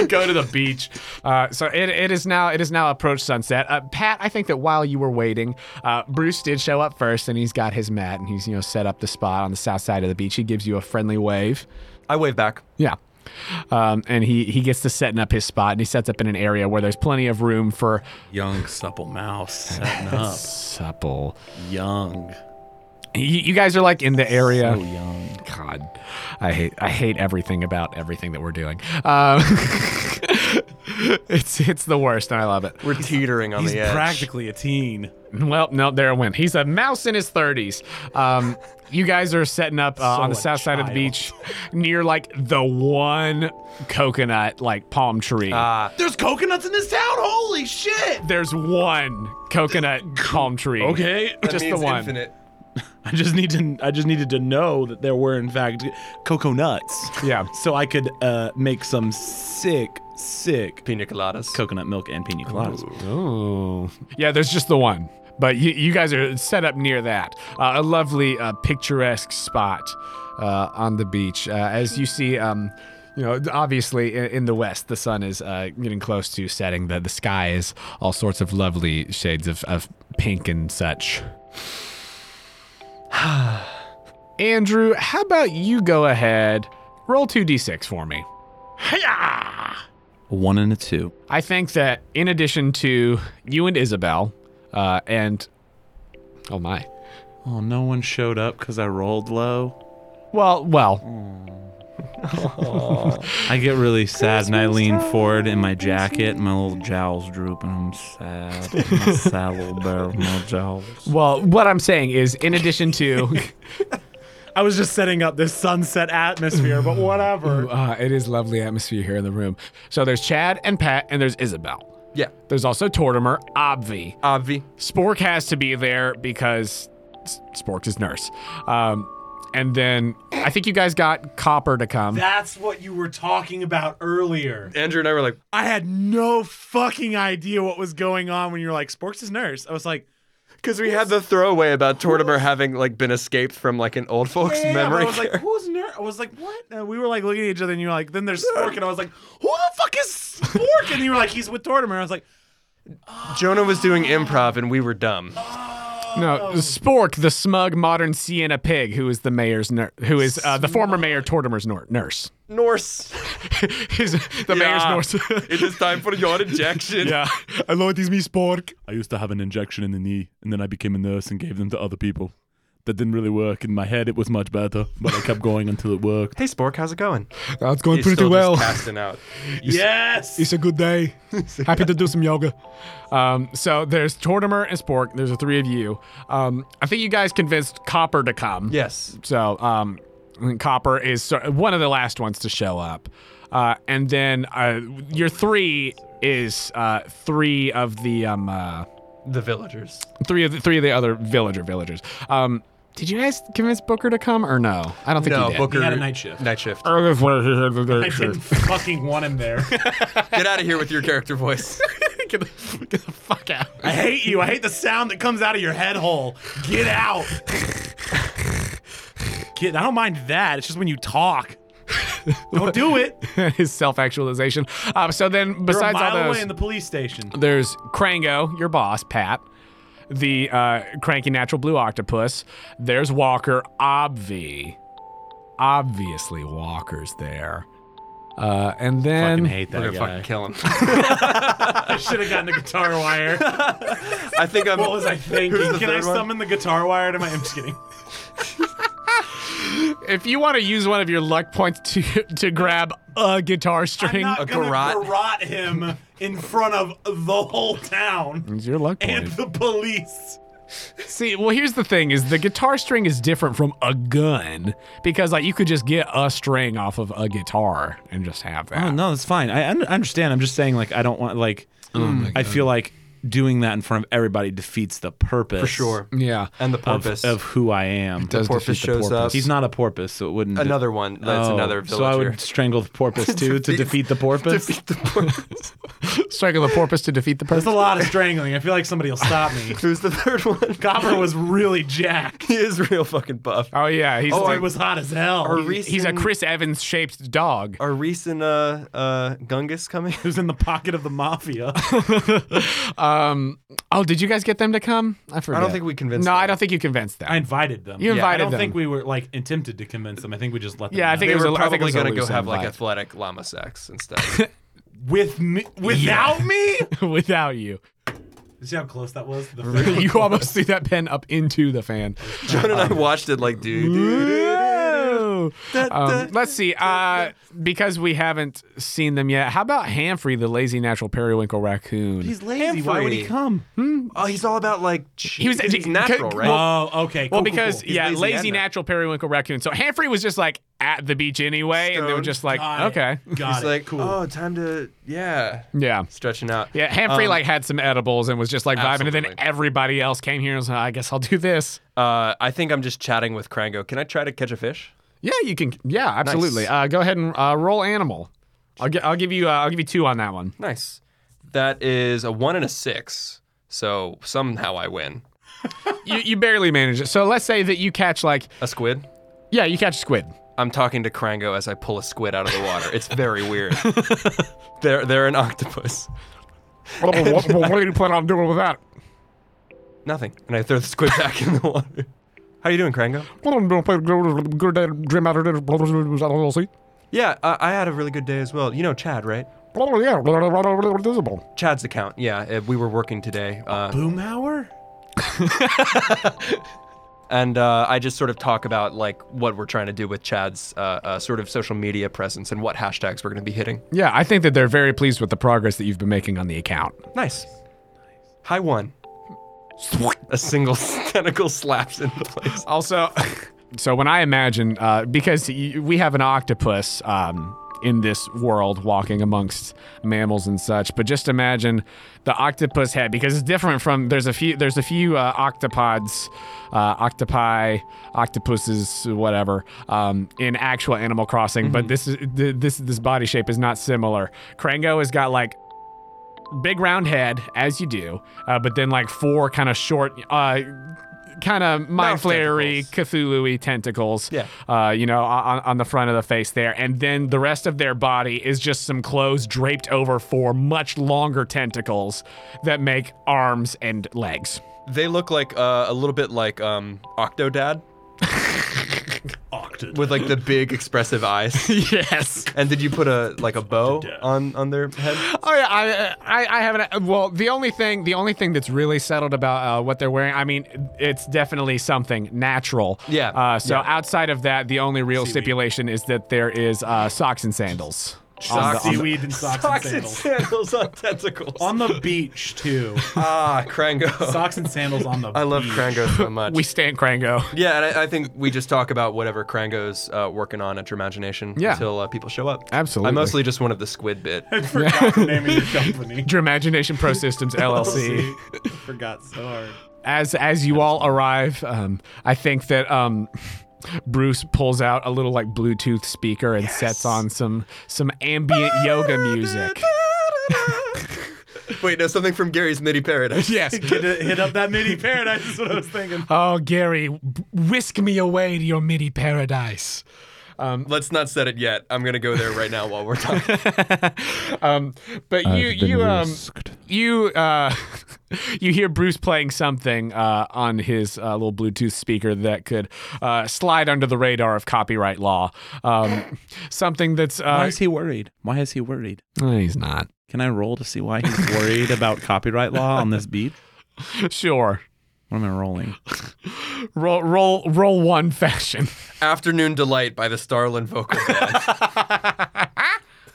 go to the beach. Uh, so it, it is now it is now approached sunset. Uh, Pat, I think that while you were waiting, uh, Bruce did show up first, and he's got his mat and he's you know set up the spot on the south side of the beach. He gives you a friendly wave.
I wave back.
Yeah. Um, and he, he gets to setting up his spot and he sets up in an area where there's plenty of room for
Young supple mouse [LAUGHS] setting up.
supple.
Young.
You, you guys are like in the area.
Young.
God, I hate I hate everything about everything that we're doing. Um, [LAUGHS] it's it's the worst and I love it.
We're teetering on
He's
the edge.
practically a teen.
Well, no, there it went. He's a mouse in his 30s. Um, you guys are setting up uh, on the
a
south side of the
child.
beach near like the one coconut like palm tree.
Ah,
There's coconuts in this town. Holy shit!
There's one coconut palm tree.
Okay.
that
just the
means
one.
Infinite.
I just need to. I just needed to know that there were in fact coconuts,
Yeah.
so I could uh, make some sick, sick
Pina coladas.
coconut milk and pina coladas.
Ooh. Yeah, there's just the one. But you, you guys are set up near that. Uh, a lovely, uh, picturesque spot uh, on the beach. Uh, as you see, um, you know, obviously in, in the west, the sun is uh, getting close to setting. The, the sky is all sorts of lovely shades of, of pink and such. [SIGHS] Andrew, how about you go ahead? Roll 2d6 for me. Hiya!
A one and a two.
I think that in addition to you and Isabel, uh, and oh my,
Oh, no one showed up because I rolled low.
well, well,
I get really sad and I lean forward in my jacket. My little jowls droop and I'm sad. [LAUGHS] My sad little bear with no jowls.
well. What I'm saying is, in addition to,
I was just setting up this sunset atmosphere, but whatever.
uh, it is lovely atmosphere here in the room. So there's Chad and Pat, and there's Isabel.
Yeah.
There's also Tortimer, Obvi.
Avi.
Spork has to be there because S- Spork's his nurse. Um, and then I think you guys got Copper to come.
That's what you were talking about earlier.
Andrew and I were like,
I had no fucking idea what was going on when you were like, Spork's his nurse. I was like,
because we had the throwaway about Tortimer having like been escaped from like an old folks'
yeah, but
memory.
I was like, who's nurse? I was like, what? And we were like looking at each other and you were like, then there's Spork. And I was like, who the fuck is Spork? And you were like, he's with Tortimer. I was like,
Jonah was doing improv and we were dumb.
No, Spork, the smug modern Sienna pig, who is the mayor's ner- who is uh, the former mayor Tortimer's nor- nurse.
Norse.
[LAUGHS] He's the mayor's nurse.
it is time for your
[LAUGHS]
injection.
yeah, hello, it is me, Spork.
I used to have an injection in the knee, and then I became a nurse and gave them to other people. That didn't really work. In my head, it was much better, but I kept going until it worked.
Hey, Spork, how's it going?
That's going
He's still Just casting out.
Yes!
It's a good
[LAUGHS]
day. Happy to do some yoga. Um, so there's Tortimer and Spork. There's the three of you. Um, I think you guys convinced Copper to come.
Yes.
So um, and Copper is sor- one of the last ones to show up. Uh, and then uh, your three is uh, three of the um, uh,
The villagers.
three of the three of the other villager villagers. Um, did you guys convince Booker to come or no? I don't think you
No,
did.
Booker.
He had a night shift.
Night shift.
Oh, that's where he had the
[LAUGHS] I didn't fucking want
[LAUGHS]
him there.
[LAUGHS] Get out of here with your character voice.
get, the, get the fuck out.
I hate you. I hate the sound that comes out of your head hole. Get out. Kid, I don't mind that. It's just when you talk. Don't do it.
[LAUGHS] His self-actualization. Um, so then,
You're a
besides all
mile
those,
away in the police station.
There's Krango, your boss, Pat. The uh, cranky natural blue octopus. There's Walker, obvi. Obviously, Walker's there. Uh, and
fucking
then
hate
We're
that
gonna fucking
guy.
kill him.
I should have gotten a guitar wire.
I think I'm.
What was [LAUGHS] I thinking?
Who's the
Can I
third one?
summon the guitar wire to my? I'm
[LAUGHS]
just kidding.
if you want to use one of your luck points to [LAUGHS] to grab a guitar
I'm
string,
not gonna
garrote.
garrot him in front of the
[LAUGHS]
whole town
it's [LAUGHS] your luck
and
point.
the police.
See, well, here's the thing: is the guitar string is different from a gun because like you could just get a string off of a guitar and just have that.
Oh, no, that's fine. I, I understand. I'm just saying, like, I don't want, like,
Hmm.
I feel like doing that in front of everybody defeats the purpose.
For sure.
Yeah,
And the
Of,
porpoise.
of who I am.
does
porpoise
defeat the
shows up.
porpoise.
He's not a porpoise, so it wouldn't.
another one. That's
Oh,
another
So I
villager.
would strangle the porpoise too to [LAUGHS] defeat the porpoise.
defeat the porpoise.
Strangle the porpoise to defeat the
It's a
porpoise.
lot of strangling. I feel like somebody will
[LAUGHS]
stop me.
[LAUGHS]
[LAUGHS]
Who's the third one? [LAUGHS]
Copper was really jacked.
He is real fucking buff.
Oh yeah, he's
Oh,
like-
It was hot as
Our
hell.
recent,
He's a Chris Evans shaped dog.
Our recent uh, uh, Gungus coming. [LAUGHS]
Who's in the pocket of the mafia?
Um, oh, did you guys get them to come? I forgot.
think we convinced
No, I
them.
don't think you convinced them.
I invited them.
You
I
invited
don't
them.
think we were like attempted to convince them. I think we just let them.
Yeah, I
know.
think
They
it was
were
a- I think it
probably
was a
gonna go
loose
have like
invite.
athletic llama sex instead.
[LAUGHS]
with me, without me.
[LAUGHS] Without you,
[LAUGHS] See how close that was. The
you almost threw that pen up into the fan.
John and I watched it like, dude.
Whoa. Um, let's see. Uh, because we haven't seen them yet. How about Hamfrey, the lazy natural periwinkle raccoon?
He's lazy. [LAUGHS] Why would he
Humphrey.
come?
Oh, he's all about like. He
was-
he's
he-
natural,
could-
right?
well,
Oh, okay.
Well,
cool, cool,
because
cool.
yeah,
lazy
lazy,
and nat-
natural periwinkle raccoon. So Hamfrey was just like at the beach anyway, and they were
Stoned.
just like,
Got it.
okay,
got
he's
it.
like,
cool.
oh, time to yeah,
[LAUGHS] yeah.
stretching out.
Yeah, Hamfrey like had some edibles and was just like vibing, and then
Um, Absolutely.
everybody else came here and was like, "I guess I'll do this."
Uh, I think I'm just chatting with Krango. Can I try to catch a fish?
Yeah, you can. Yeah, absolutely. Uh, go ahead and uh, roll animal. I'll, gi- I'll give you. Uh, I'll give you two on that one.
Nice. That is a one and a six. So somehow I win.
You, you barely manage it. So let's say that you catch like
A squid.
yeah, you catch squid.
I'm talking to Krango as I pull a squid out of the water. It's very weird. they're they're an octopus.
what, what, what are you planning on doing with that?
Nothing. And I throw the squid back in the water. How you doing, Krango?
Well, I'm gonna play good day, dream out of it. blah, blah, blah, blah, blah, see?
Yeah, I, I had a really good day as well. You know Chad, right?
Blah, blah, yeah, blah, blah, blah, blah, blah, blah, blah.
Chad's account. Yeah, uh, we were working today. Uh,
Boomhauer.
and uh, I just sort of talk about like what we're trying to do with Chad's uh, uh, sort of social media presence and what hashtags we're going to be hitting.
Yeah, I think that they're very pleased with the progress that you've been making on the account.
Nice. High one. A single [LAUGHS] tentacle slaps into place.
Also, so when I imagine, uh, because y- we have an octopus um, in this world walking amongst mammals and such, but just imagine the octopus head because it's different from there's a few there's a few uh, octopods, uh, octopi, octopuses, whatever um, in actual Animal Crossing, but this is th- this this body shape is not similar. Krango has got like big round head as you do, uh, but then like four kind of short, uh, kind of mind flayery, Cthulhu-y tentacles.
Yeah.
Uh, you know, on, on the front of the face there, and then the rest of their body is just some clothes draped over four much longer tentacles that make arms and legs.
They look like uh, a little bit like um, Octodad
Octodad.
with like the big expressive [LAUGHS] eyes.
yes.
And did you put a like a bow on on their head?
Oh yeah, I, I I haven't. uh, Well, the only thing the only thing that's really settled about uh, what they're wearing, I mean, it's definitely something natural.
Yeah,
Uh, so
yeah.
outside of that, the only real stipulation is that there is uh, socks and sandals. on the-
Socks.
on the-
Seaweed and socks,
Socks
and
and
sandals.
sandals on tentacles.
On the beach too.
ah, Krango.
[LAUGHS] Socks and sandals on the
I love
beach.
Krango so much.
[LAUGHS] we stand Krango.
yeah, and I, I think we just talk about whatever Krango's uh, working on at your imagination
Yeah.
until uh, people show up.
Absolutely.
I'm mostly just one of the squid bit.
[LAUGHS] I forgot the [LAUGHS] name of your company.
[LAUGHS] Your Imagination Pro [LAUGHS] Systems LLC.
See, I forgot so hard.
as as you all arrive, um, I think that um, [LAUGHS] Bruce pulls out a little like Bluetooth speaker and sets on some some ambient
Ah,
yoga [LAUGHS] music.
Wait, no, something from Gary's MIDI Paradise.
Yes.
Hit, it- hit up that mini paradise is what I was thinking.
Oh, Gary, w- whisk me away to your MIDI paradise.
Let's not set it yet. I'm gonna go there right now while
[LAUGHS]
we're talking.
Um, but you you um you uh [LAUGHS] you hear Bruce playing something uh, on his uh, little Bluetooth speaker that could uh, slide under the radar of copyright law.
[GASPS]
Um, something that's
Why
uh,
is he worried? Why is he worried?
oh, he's not
Can I roll to see why he's worried about copyright law on this beat?
[LAUGHS] sure.
What am I rolling?
Roll, roll, roll one fashion. [LAUGHS]
Afternoon Delight by the Starlin Vocal Band.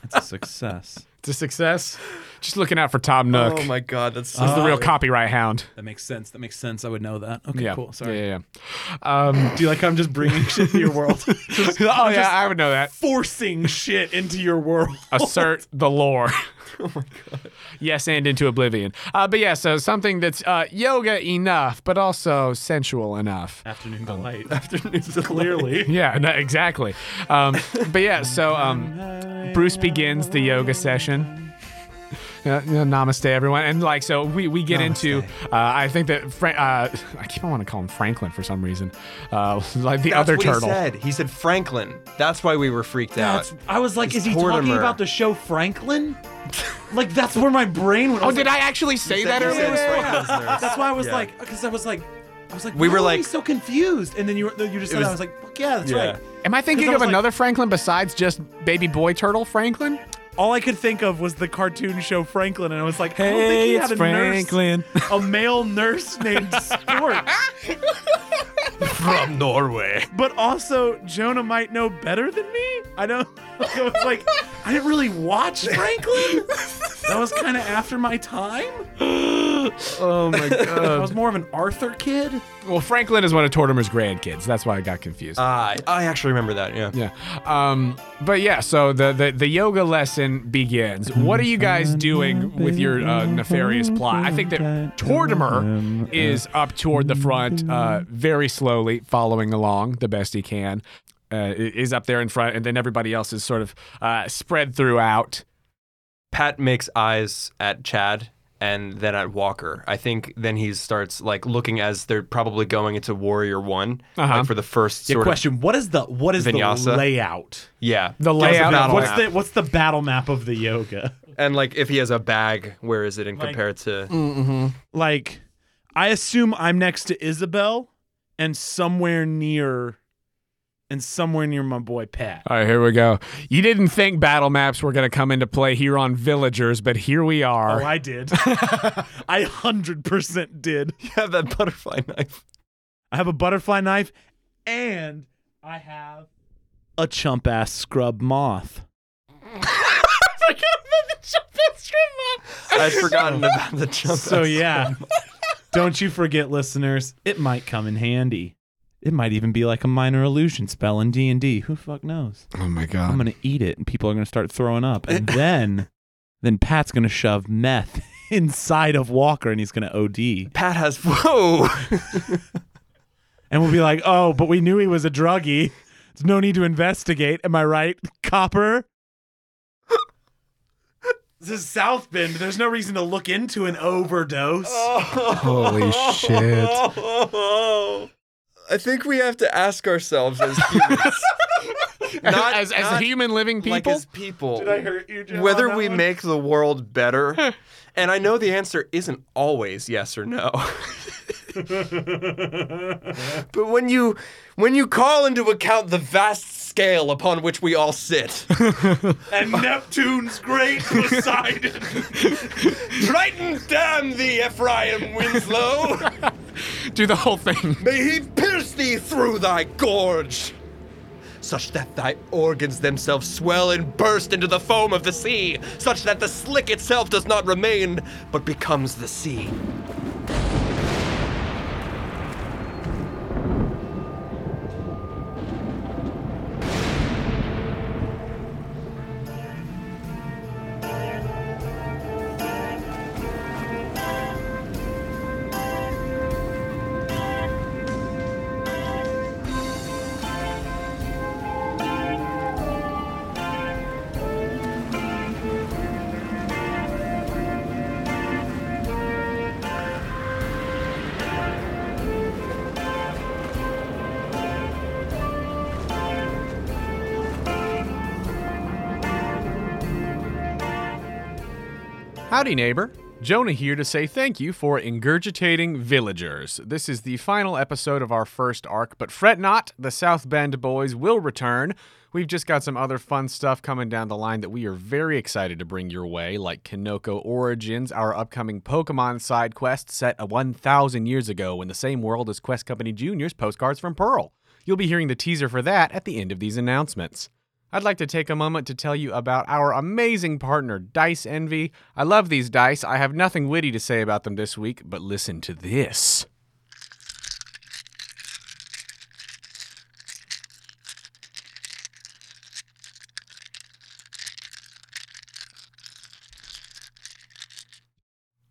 It's a success.
It's a success. Just looking out for Tom Nook.
Oh my god, that's so
He's the real copyright hound.
That makes sense. That makes sense. I would know that. Okay,
Yeah.
cool. Sorry.
Yeah, yeah. yeah. Um,
Do you like how I'm just
[LAUGHS]
bringing shit to your world? [LAUGHS]
[LAUGHS]
Just
oh yeah, I would know that.
forcing shit into your world.
[LAUGHS] Assert the lore. [LAUGHS] Oh Yes, and into oblivion. Uh, but yeah, so something that's uh, yoga enough, but also sensual enough.
Afternoon delight. [LAUGHS]
[LAUGHS]
Afternoon Clearly.
Yeah, no, exactly. Um, but yeah, so um, Bruce begins the yoga session. Yeah, yeah, namaste, everyone, and like so, we, we get into. Uh, I think that Fra- uh, I keep on want to call him Franklin for some reason, uh, [LAUGHS] like the
That's
other
what
turtle.
He said. he said Franklin. That's why we were freaked
That's,
out.
I was like,
It's
is he talking
Tortimer.
about the show Franklin? like that's where my brain went.
Oh,
was
did
like,
I actually say
said
that
you said
earlier?
Franklin's
[LAUGHS]
nurse.
That's why I was
Yeah.
like, because I was like, I was like,
We
why
were
are
like-
so confused, and then you were, you just said,
was-
that. I was like, fuck yeah, that's
Yeah.
right.
Am I thinking
Because I
of
was like-
another Franklin besides just baby boy turtle Franklin?
All I could think of was the cartoon show Franklin, and I was like, I don't think
Hey,
he
it's
had a
Franklin.
[LAUGHS]
nurse, a male nurse named Sport.
From Norway.
but also Jonah might know better than me. I don't. [LAUGHS] I was like, I didn't really watch Franklin. That was kind of after
[GASPS]
my time.
Oh my
[LAUGHS] I
god.
was more of an Arthur kid.
well, Franklin is one of Tortimer's grandkids. That's why I got confused.
Ah, I actually remember that. Yeah.
Yeah. Um, but yeah, so the, the, the yoga lesson begins. What are you guys doing with your uh, nefarious plot? I think that Tortimer is up toward the front uh, very slowly, following along the best he can, uh, i- is up there in front, and then everybody else is sort of uh, spread throughout.
Pat makes eyes at Chad and then at Walker. I think then he starts like looking as they're probably going into Warrior One like,
Uh-huh.
for the first
Your
sort of
question: What is the what is the
vinyasa.
layout?
yeah
The
Just a
layout of
battle
what's
What's
map.
the What's the battle map of the yoga?
and like if he has a bag, where is it in compared to [LAUGHS]
Like,
I assume I'm next to Isabel, and somewhere near, and somewhere near my boy Pat.
All right, here we go. You didn't think battle maps were going to come into play here on Villagers, but here we
Oh,
are.
I did. [LAUGHS] I hundred percent did.
have that butterfly knife?
I have a butterfly knife, and I have a chump ass scrub moth.
I'd forgotten about the jump.
So yeah, [LAUGHS] don't you forget, listeners. It might come in handy. It might even be like a minor illusion spell in D and D. Who fuck knows?
Oh my God.
[LAUGHS] I'm gonna eat it, and people are gonna start throwing up,
[LAUGHS]
and then, then Pat's gonna shove meth [LAUGHS] inside of Walker, and he's gonna OD,
Pat has whoa.
and we'll be like, oh, but we knew he was a druggie. There's no need to investigate. Am I right, Copper?
this is South Bend. There's no reason to look into an overdose.
Oh,
Holy shit.
I think we have to ask ourselves as humans, not
as as
not
human living people?
like as people.
hurt you, Joe, on
whether
that
we
one?
make
[LAUGHS]
the world better and i know the answer isn't always yes or no But when you when you call into account the vast scale upon which we all
[LAUGHS]
sit,
and Neptune's
[LAUGHS]
great Poseidon.
Triton, damn thee, Ephraim Winslow!
Do the whole thing.
May he pierce thee through thy gorge, such that thy organs themselves swell and burst into the foam of the sea, such that the slick itself does not remain, but becomes the sea.
Howdy, neighbor. Jonah here to say thank you for ingurgitating villagers. This is the final episode of our first arc, but fret not, the South Bend boys will return. We've just got some other fun stuff coming down the line that we are very excited to bring your way, like Kinoko Origins, our upcoming Pokemon side quest set a 1,000 years ago in the same world as Quest Company Jr.'s Postcards from Pearl. You'll be hearing the teaser for that at the end of these announcements. I'd like to take a moment to tell you about our amazing partner, Dice Envy. I love these dice. I have nothing witty to say about them this week, but listen to this.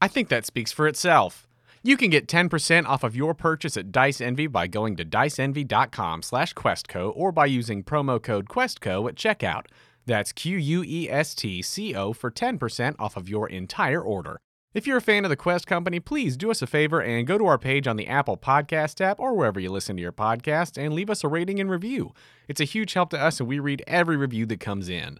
I think that speaks for itself. You can get 10% off of your purchase at Dice Envy by going to diceenvy.com slash questco or by using promo code questco at checkout. That's E Q-U-E-S-T-C-O for 10% off of your entire order. If you're a fan of the Quest Company, please do us a favor and go to our page on the Apple Podcast app or wherever you listen to your podcast and leave us a rating and review. It's a huge help to us and we read every review that comes in.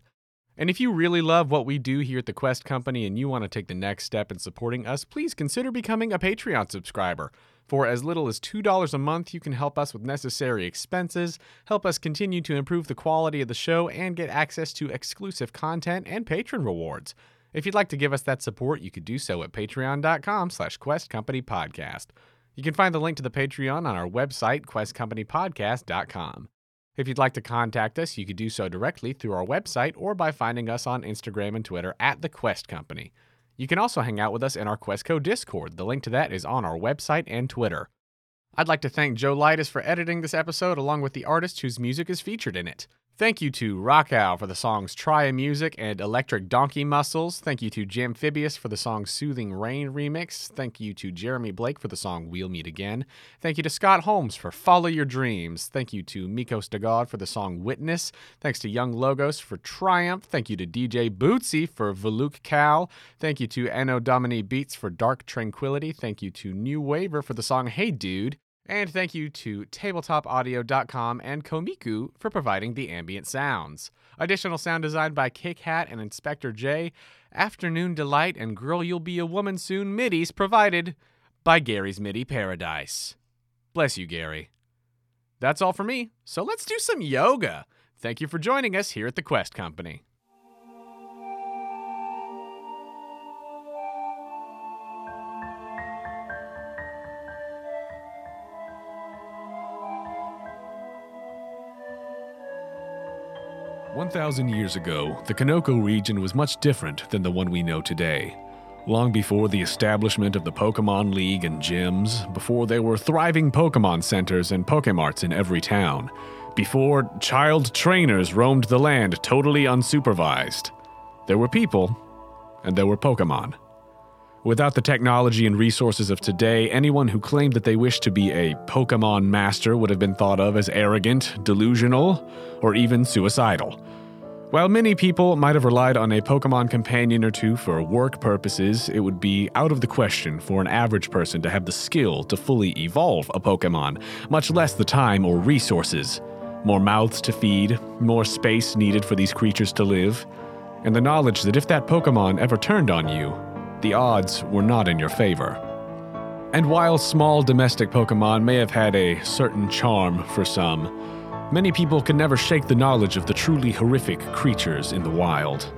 And if you really love what we do here at the Quest Company and you want to take the next step in supporting us, please consider becoming a Patreon subscriber. For as little as $2 a month, you can help us with necessary expenses, help us continue to improve the quality of the show, and get access to exclusive content and patron rewards. If you'd like to give us that support, you could do so at patreon.com slash quest company podcast. You can find the link to the Patreon on our website, questcompanypodcast.com. If you'd like to contact us, you could do so directly through our website or by finding us on Instagram and Twitter at The Quest Company. You can also hang out with us in our Questco Discord. The link to that is on our website and Twitter. I'd like to thank Joe Lightis for editing this episode, along with the artist whose music is featured in it. Thank you to Rockow for the songs Try a Music and Electric Donkey Muscles. Thank you to Jamphibious for the song Soothing Rain remix. Thank you to Jeremy Blake for the song We'll Meet Again. Thank you to Scott Holmes for Follow Your Dreams. Thank you to Mikos Dagod for the song Witness. Thanks to Young Logos for Triumph. Thank you to DJ Bootsy for Veluk Cal. Thank you to Anno Domini Beats for Dark Tranquility. Thank you to New Waver for the song Hey Dude. And thank you to tabletopaudio.com and Komiku for providing the ambient sounds. Additional sound design by Kick Hat and Inspector J. Afternoon Delight and Girl You'll Be a Woman Soon middies provided by Gary's MIDI Paradise. Bless you, Gary. That's all for me, so let's do some yoga. Thank you for joining us here at the Quest Company. One thousand years ago, the Kanoko region was much different than the one we know today. Long before the establishment of the Pokemon League and gyms, before there were thriving Pokemon centers and Pokemarts in every town, before child trainers roamed the land totally unsupervised, there were people, and there were Pokemon. Without the technology and resources of today, anyone who claimed that they wished to be a Pokemon master would have been thought of as arrogant, delusional, or even suicidal. While many people might have relied on a Pokemon companion or two for work purposes, it would be out of the question for an average person to have the skill to fully evolve a Pokemon, much less the time or resources. More mouths to feed, more space needed for these creatures to live, and the knowledge that if that Pokemon ever turned on you, the odds were not in your favor. And while small domestic Pokemon may have had a certain charm for some, many people can never shake the knowledge of the truly horrific creatures in the wild.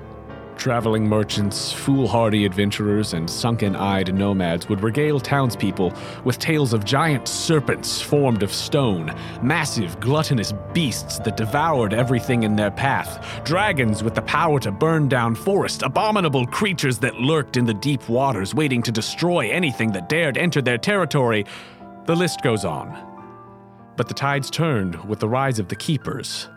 Traveling merchants, foolhardy adventurers, and sunken eyed nomads would regale townspeople with tales of giant serpents formed of stone, massive, gluttonous beasts that devoured everything in their path, dragons with the power to burn down forests, abominable creatures that lurked in the deep waters waiting to destroy anything that dared enter their territory. The list goes on. But the tides turned with the rise of the Keepers.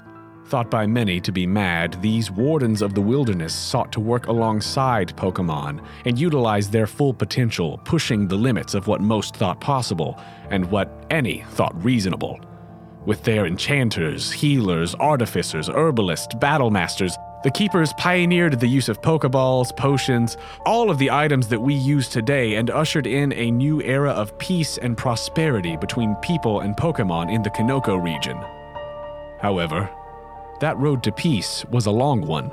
Thought by many to be mad, these Wardens of the Wilderness sought to work alongside Pokemon and utilize their full potential, pushing the limits of what most thought possible and what any thought reasonable. With their enchanters, healers, artificers, herbalists, battlemasters, the Keepers pioneered the use of Pokeballs, potions, all of the items that we use today, and ushered in a new era of peace and prosperity between people and Pokemon in the Kanoko region. However, that road to peace was a long one.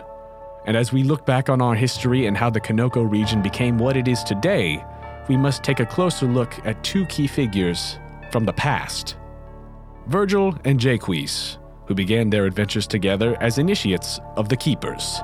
And as we look back on our history and how the Kanoko region became what it is today, we must take a closer look at two key figures from the past. Virgil and Jaques, who began their adventures together as initiates of the Keepers.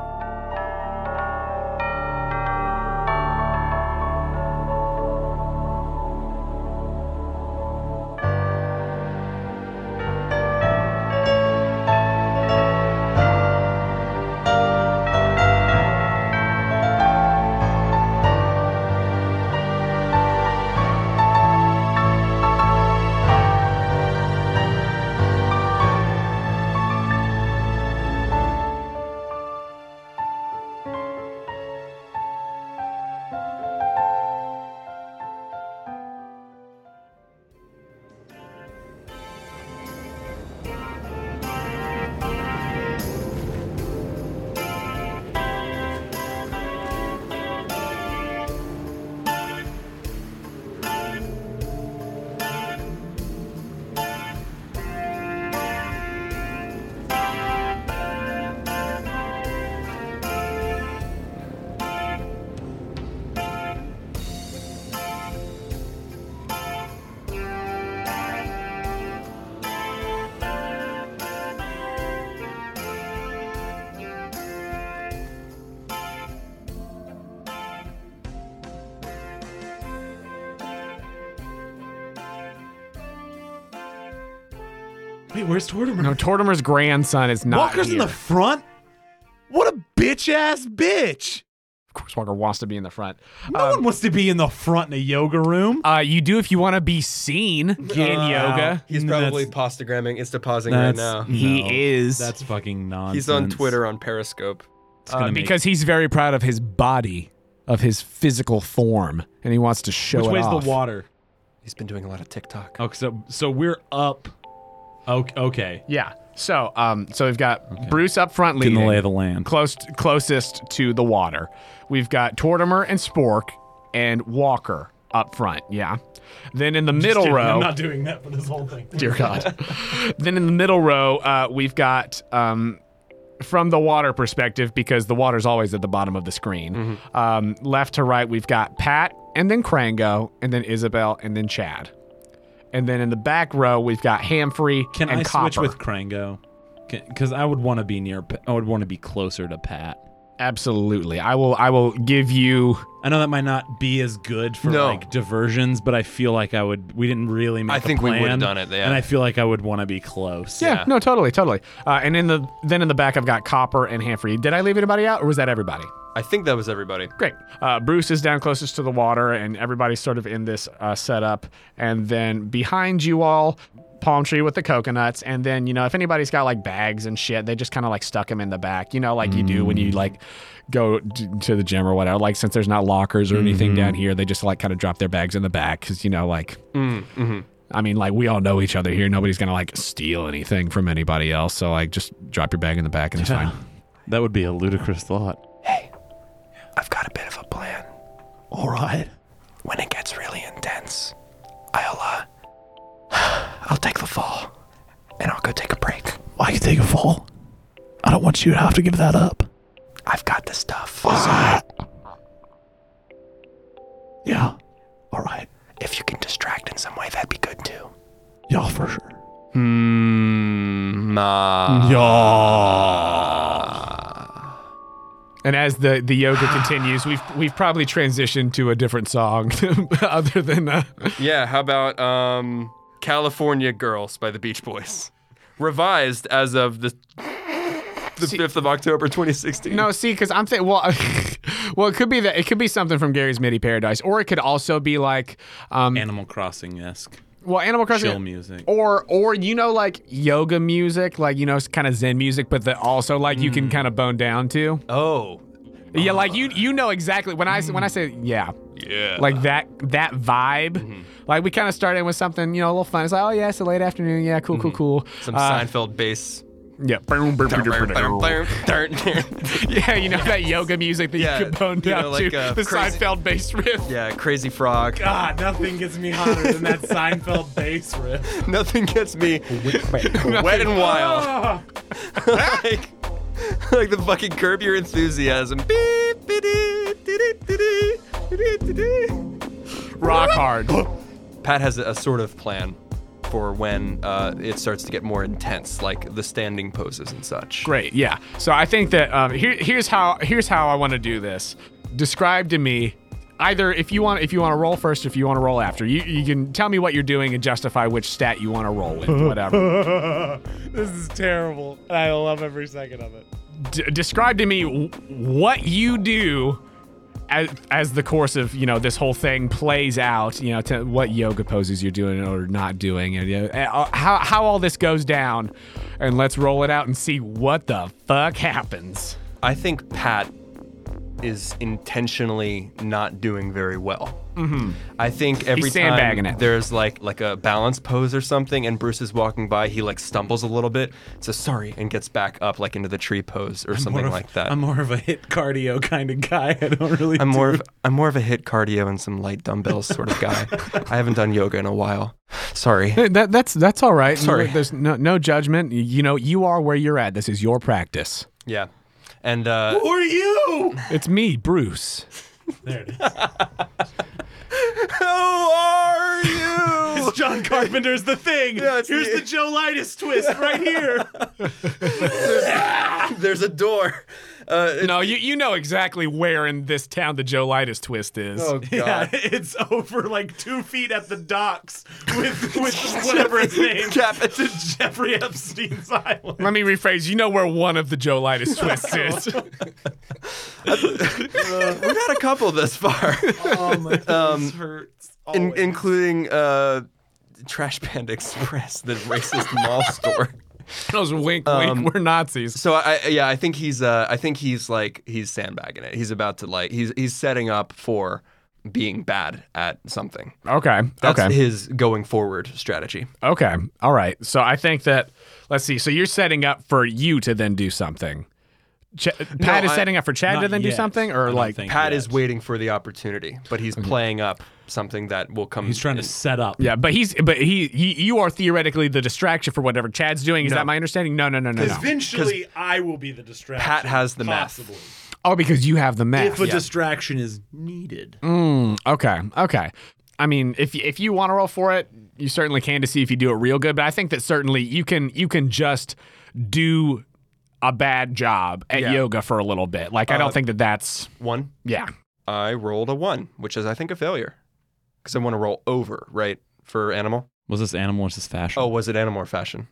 Wait, where's Tortimer?
No, Tortimer's grandson is not
Walker's in
here.
the front? What a bitch ass bitch.
of course, Walker wants to be in the front.
No one wants to be in the front in a yoga room.
Uh, you do if you want to be seen in yoga.
He's probably postagramming, instapausing right
That's-
now.
No,
He is
That's fucking nonsense.
He's on Twitter on Periscope.
uh, because he's very proud of his body, of his physical form, and he wants to show
Which
it
way's
off.
the water?
He's been doing a lot of TikTok.
Oh, so so we're up. Okay. okay.
Yeah. So, um, so we've got Bruce up front leading,
the lay of the land.
close closest to the water. We've got Tortimer and Spork and Walker up front. Yeah. Then in the middle
Kidding,
row,
I'm not doing that for this whole thing.
dear God. then in the middle row, uh, we've got um, from the water perspective because the water's always at the bottom of the screen.
Mm-hmm.
Um, left to right, we've got Pat and then Krango and then Isabel and then Chad. And then in the back row, we've got Hamfrey
Can
and
I
Copper.
switch with Krango? Because I would want to be near. Pa- I would want to be closer to Pat.
Absolutely. I will. I will give you.
I know that might not be as good for
No.
like diversions, but I feel like I would. We didn't really make.
I
a
think we would've
plan,
done it, yeah.
And I feel like I would want to be close.
Yeah, no, totally, totally. Uh, and in the then in the back, I've got Copper and Hanfrey. Did I leave anybody out, or was that everybody?
I think that was everybody.
Great. Uh, Bruce is down closest to the water, and everybody's sort of in this uh, setup. And then behind you all, palm tree with the coconuts. And then you know, if anybody's got like bags and shit, they just kind of like stuck them in the back. You know, like you do when you like go d- to the gym or whatever. Like since there's not lockers or anything down here, they just like kind of drop their bags in the back because you know, like I mean, like we all know each other here. Nobody's gonna like steal anything from anybody else. So like, just drop your bag in the back and it's fine.
That would be a ludicrous thought.
I've got a bit of a plan.
All right.
When it gets really intense, I'll uh, I'll take the fall, and I'll go take a break.
I can take a fall. I don't want you to have to give that up.
I've got the stuff.
Yeah. All right.
If you can just some way, that'd be good too.
Yeah, for sure.
Hmm.
Mm.
ah.
And as the, the [SIGHS] yoga continues, we've we've probably transitioned to a different song [LAUGHS] other than uh,
Yeah, how about um, California Girls by the Beach Boys? Revised as of the the 5th of October 2016.
No, see, because I'm thinking, well, [LAUGHS] well, it could be that it could be something from Gary's MIDI Paradise, or it could also be like, um,
Animal Crossing esque.
well, Animal Crossing,
Chill music.
or or you know, like yoga music, like you know, kind of Zen music, but that also like you
Mm.
can kind of bone down to.
Oh.
Yeah, like you you know exactly when I s- when I say yeah,
Yeah.
like that that vibe.
Mm-hmm.
Like we kind of started with something you know a little fun. It's like oh yeah, it's a late afternoon. Yeah, cool, cool, cool.
Mm-hmm. Some
Uh,
Seinfeld bass.
yeah, yeah, you know that yoga music that
Yeah,
you could bone
you know,
down
like,
to
uh,
the
crazy-
Seinfeld bass riff.
[LAUGHS] yeah, Crazy Frog.
God, Ah, nothing gets me hotter than [LAUGHS] that Seinfeld bass riff.
[LAUGHS] Nothing gets me [LAUGHS] wet and wild. [LAUGHS] like, like the fucking curb your enthusiasm. Beep, diddy, diddy, diddy, diddy, diddy.
Rock hard. [GASPS]
Pat has a sort of plan for when uh, it starts to get more intense, like the standing poses and such.
Great, yeah. So I think that um, here, here's how here's how I want to do this. Describe to me either if you want if you want to roll first, if you want to roll after. You you can tell me what you're doing and justify which stat you want to roll with, whatever.
Ah, this is terrible. and I love every second of it.
D- describe to me w- what you do. As, as the course of you know this whole thing plays out, you know to what yoga poses you're doing or not doing, and you know, uh, how how all this goes down, and let's roll it out and see what the fuck happens.
I think Pat is intentionally not doing very well. I think every
sandbagging
time
it.
there's like like a balance pose or something, and Bruce is walking by, he like stumbles a little bit, says sorry, and gets back up like into the tree pose or something
More of-
like that.
I'm
I'm,
more of a hit cardio kind of guy. I don't really.
more
[LAUGHS]
of I'm more of a hit cardio and some light dumbbells sort of guy. I haven't done yoga in a while. Sorry.
Hey, That, that's that's all right.
Sorry.
there's no no judgment. You- You know, you are where you're at. This is your practice.
Yeah. And uh,
Who are you?
It's me, Bruce.
There it is.
who are [LAUGHS] you?
[LAUGHS] John Carpenter's the thing.
Yeah, it's
Here's the,
the-
Joe Lightus
[LAUGHS]
twist right here.
There's a door. Uh, it-
No, you you know exactly where in this town the Joe Lightus twist is.
oh God.
Yeah, it's over like two feet at the docks
[LAUGHS]
with with whatever his name.
Cap- it's a
Jeffrey Epstein's island.
Let me rephrase. You know where one of the Joe Lightus twists is.
We've had a couple this far,
Oh [LAUGHS] my um, hurts.
In, including uh, Trash Panda Express, the racist mall store.
Those wink wink. we're Nazis.
So I, I yeah, I think he's uh, I think he's like he's sandbagging it. He's about to like he's he's setting up for being bad at something.
Okay.
That's
okay.
his going forward strategy.
Okay. All right. So I think that let's see. So you're setting up for you to then do something. Ch- Pat is
I-
setting up for Chad to
not
then do
yet.
something,
I
or
don't
like
think
Pat
yet.
is waiting for the opportunity, but he's playing up something that will come.
Mm-hmm. He's trying to
in-
set up.
Yeah, but he's but he, he you are theoretically the distraction for whatever Chad's doing. Is that my understanding? No, no, no, no, no.
Eventually, I will be the distraction.
Pat has the math.
possibly.
Oh, because you have the math.
If a distraction is needed.
Mm. okay, okay. I mean, if if you want to roll for it, you certainly can to see if you do it real good. But I think that certainly you can you can just do a bad job at
Yeah.
yoga for a little bit. Like I don't think that that's
one.
yeah.
I rolled a one, which is I think a failure, because I want to roll over right for animal.
Was this animal? Was this fashion?
Oh, was it animal or fashion?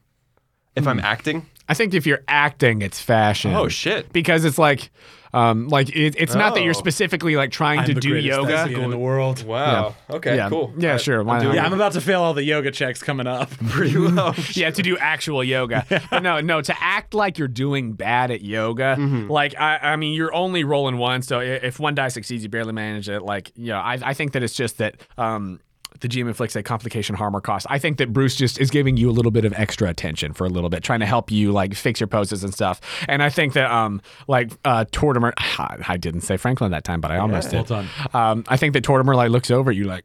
If I'm acting?
I think if you're acting, it's fashion.
Oh shit.
because it's like, um, like it, it's not that you're
Oh.
specifically like trying to
the
do
greatest
yoga.
lesbian in the world.
Wow. Okay,
Yeah.
cool.
Yeah,
I-
sure,
I'm
why
doing
not?
Yeah, I'm about to fail all the yoga checks coming up.
[LAUGHS] pretty well.
[LAUGHS] Yeah, to do actual yoga. But no, no, to act like you're doing bad at yoga. Like, I, I mean, you're only rolling one. So i- if one die succeeds, you barely manage it. Like, you know, I, I think that it's just that um, the GM inflicts a complication, harm, or cost. I think that Bruce just is giving you a little bit of extra attention for a little bit, trying to help you, like, fix your poses and stuff. And I think that, um, like, uh, Tortimer, I didn't say Franklin that time, but I almost did.
done.
Um, I think that Tortimer, like, looks over at you, like,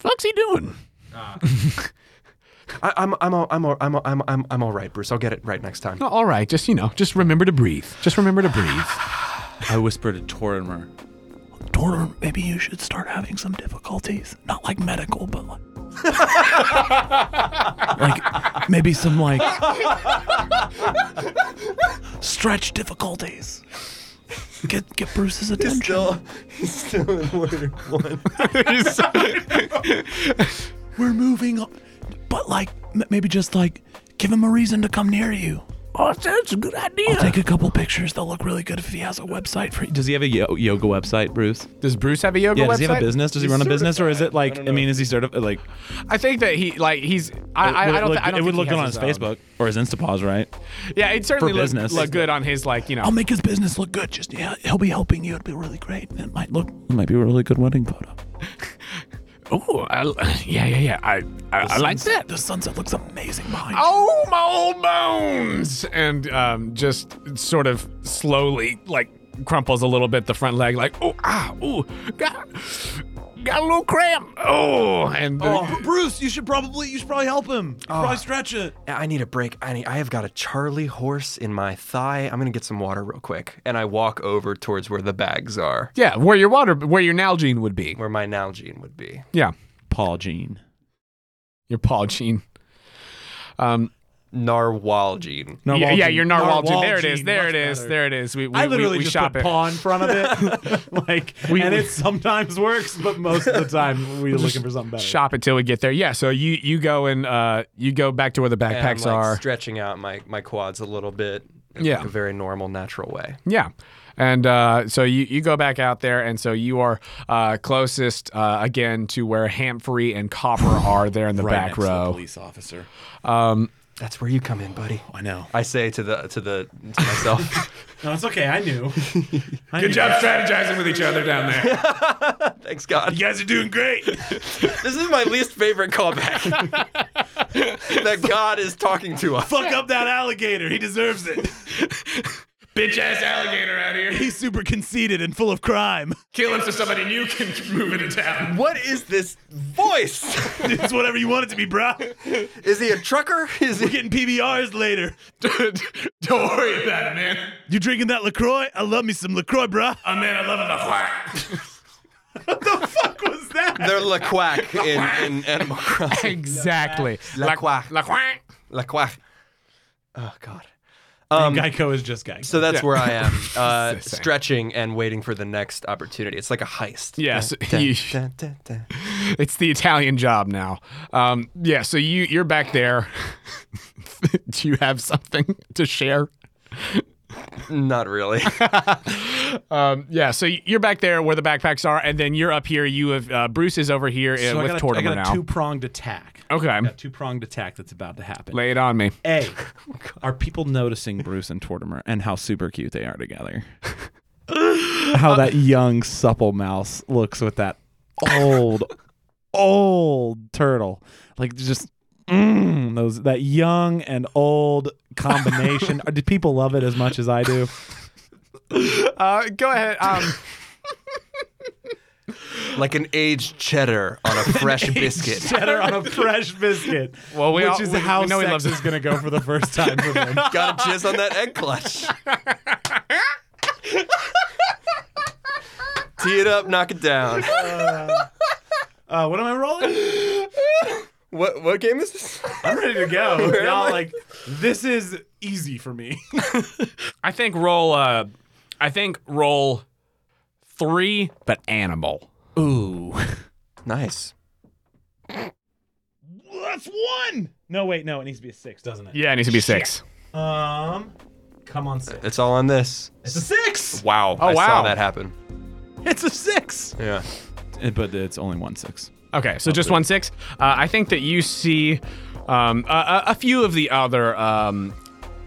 fuck's he doing?
I, I'm I'm all, I'm all, I'm all, I'm I'm I'm all right, Bruce. I'll get it right next time.
No, all right, just, you know, just remember to breathe. Just remember to breathe.
I whispered to Tortimer.
[LAUGHS] Tortimer, maybe you should start having some difficulties. Not like medical, but like like maybe some like stretch difficulties. Get get Bruce's attention.
Still, he's still in Warrior One.
We're moving, up, but like m- maybe just like give him a reason to come near you.
Oh, [LAUGHS] that's a good idea.
Take a couple pictures. They'll look really good if he has a website for. Does he have a yo- yoga website, Bruce?
Does Bruce have a yoga
Yeah.
website?
Does he have a business? Does he run a business, or is it like? I,
know.
mean, is he sort of like?
I think that he like he's. I, I,
would
I don't.
look,
thi- I don't
it would
think
look
he
good on
has
his
own.
Facebook or his Instapause, right?
Yeah, it certainly look,
business.
look good on his like you know.
Um,
I'll make his business look good. Just yeah, he'll be helping you. It'd be really great. It might look, it might be a really good wedding photo.
Oh, I, yeah, yeah, yeah. I, I, I like that.
The sunset looks amazing behind you.
Oh my old bones! And um, just sort of slowly like crumples a little bit the front leg, like oh ah ooh got got a little cramp. Oh, and the-
[LAUGHS] Bruce, you should probably you should probably help him. Probably stretch it.
[LAUGHS] I need a break. I need, I have got a Charlie horse in my thigh. I'm gonna get some water real quick. And I walk over towards where the bags are,
yeah, where your water, where your Nalgene would be.
where my Nalgene would be.
Yeah,
Paul Jean.
your Paul Gene. Um,
Narwhalgene.
yeah, yeah, your narwhal, Gene.
Narwhal
There it is.
Gene,
There
much
it is.
better.
There it is. We, we
I literally
we, we
just
shop
put
it.
paw in front
[LAUGHS]
of it, [LAUGHS] like, and it sometimes works, but most of the time we're looking for something better.
Shop it till we get there. Yeah. So you you go and uh you go back to where the
And I'm
backpacks
like
are.
stretching out my, my quads a little bit in
Yeah.
like a very normal, natural way.
Yeah. And uh, so you, you go back out there, and so you are uh, closest uh, again to where Hamfrey and [SIGHS] Copper are there in the back row.
Police officer.
That's where you come in, buddy.
I know.
I say to the to the to myself. [LAUGHS]
No, it's okay. I
[LAUGHS]
knew.
Good job strategizing with each other down there.
Thanks God.
You guys are doing great.
[LAUGHS] This is my least favorite callback. [LAUGHS] that God is talking to us.
Fuck up that alligator. He deserves
[LAUGHS]
it.
Bitch ass alligator out here.
He's super conceited and full of crime. [LAUGHS]
Kill him so somebody new can [LAUGHS] move into town.
What is this voice?
it's whatever you want it to be, bro.
[LAUGHS] Is he a trucker?
[LAUGHS]
Is he
Getting PBRs
[LAUGHS]
later.
Don't worry about it, man.
You drinking that LaCroix? I love me some LaCroix, bruh.
Oh, man, I love it.
They're LaQuack in, in Animal Crossing.
exactly.
La quack.
La quack.
LaQuack. Oh God.
Um,
Geico is just Geico.
So that's
Yeah.
where I am,
[LAUGHS]
uh,
the same.
stretching and waiting for the next opportunity. It's like a heist.
Yes,
Dun,
you-
dun, dun, dun.
It's the Italian job now. Um, yeah, so you, you're back there. [LAUGHS] Do you have something to share? [LAUGHS]
Not really.
Um, yeah, so you're back there where the backpacks are, and then you're up here. You have uh, Bruce is over here uh,
So
with
I got a, I
Tortimer
got a
now.
two pronged attack.
okay,
A two pronged attack that's about to happen.
lay it on me. [LAUGHS]
A, are people noticing Bruce and Tortimer and how super cute they
[LAUGHS]
are together? how that young supple mouse looks with that
[LAUGHS]
old, old turtle. Like just mm, those that young and old
[LAUGHS]
combination. Did people love it as much as I do?
Uh, go ahead. Um,
like an aged cheddar on a
[LAUGHS]
fresh biscuit.
[LAUGHS] Cheddar on a fresh biscuit.
[LAUGHS] well, we
which
all,
is
we,
how
we know he
sex
loves
is
it.
going to go for the first time for them.
[LAUGHS]
Got a jizz on that egg clutch. Tee it up, knock it down.
Uh, what am I rolling?
What what game is this?
I'm ready to go.
am I?
Y'all like this is easy for me.
I think roll. Uh, I think roll three, but animal.
Ooh.
Nice.
That's one. No, wait, no, it needs to be a six, doesn't it?
Yeah, it needs to be six.
Um, come on, six.
It's all on this.
It's a six.
Wow.
Oh,
I
wow.
saw that happen.
It's a six.
Yeah.
But it's only one six.
Okay, so just one six. Uh, I think that you see um, a- a, a few of the other um,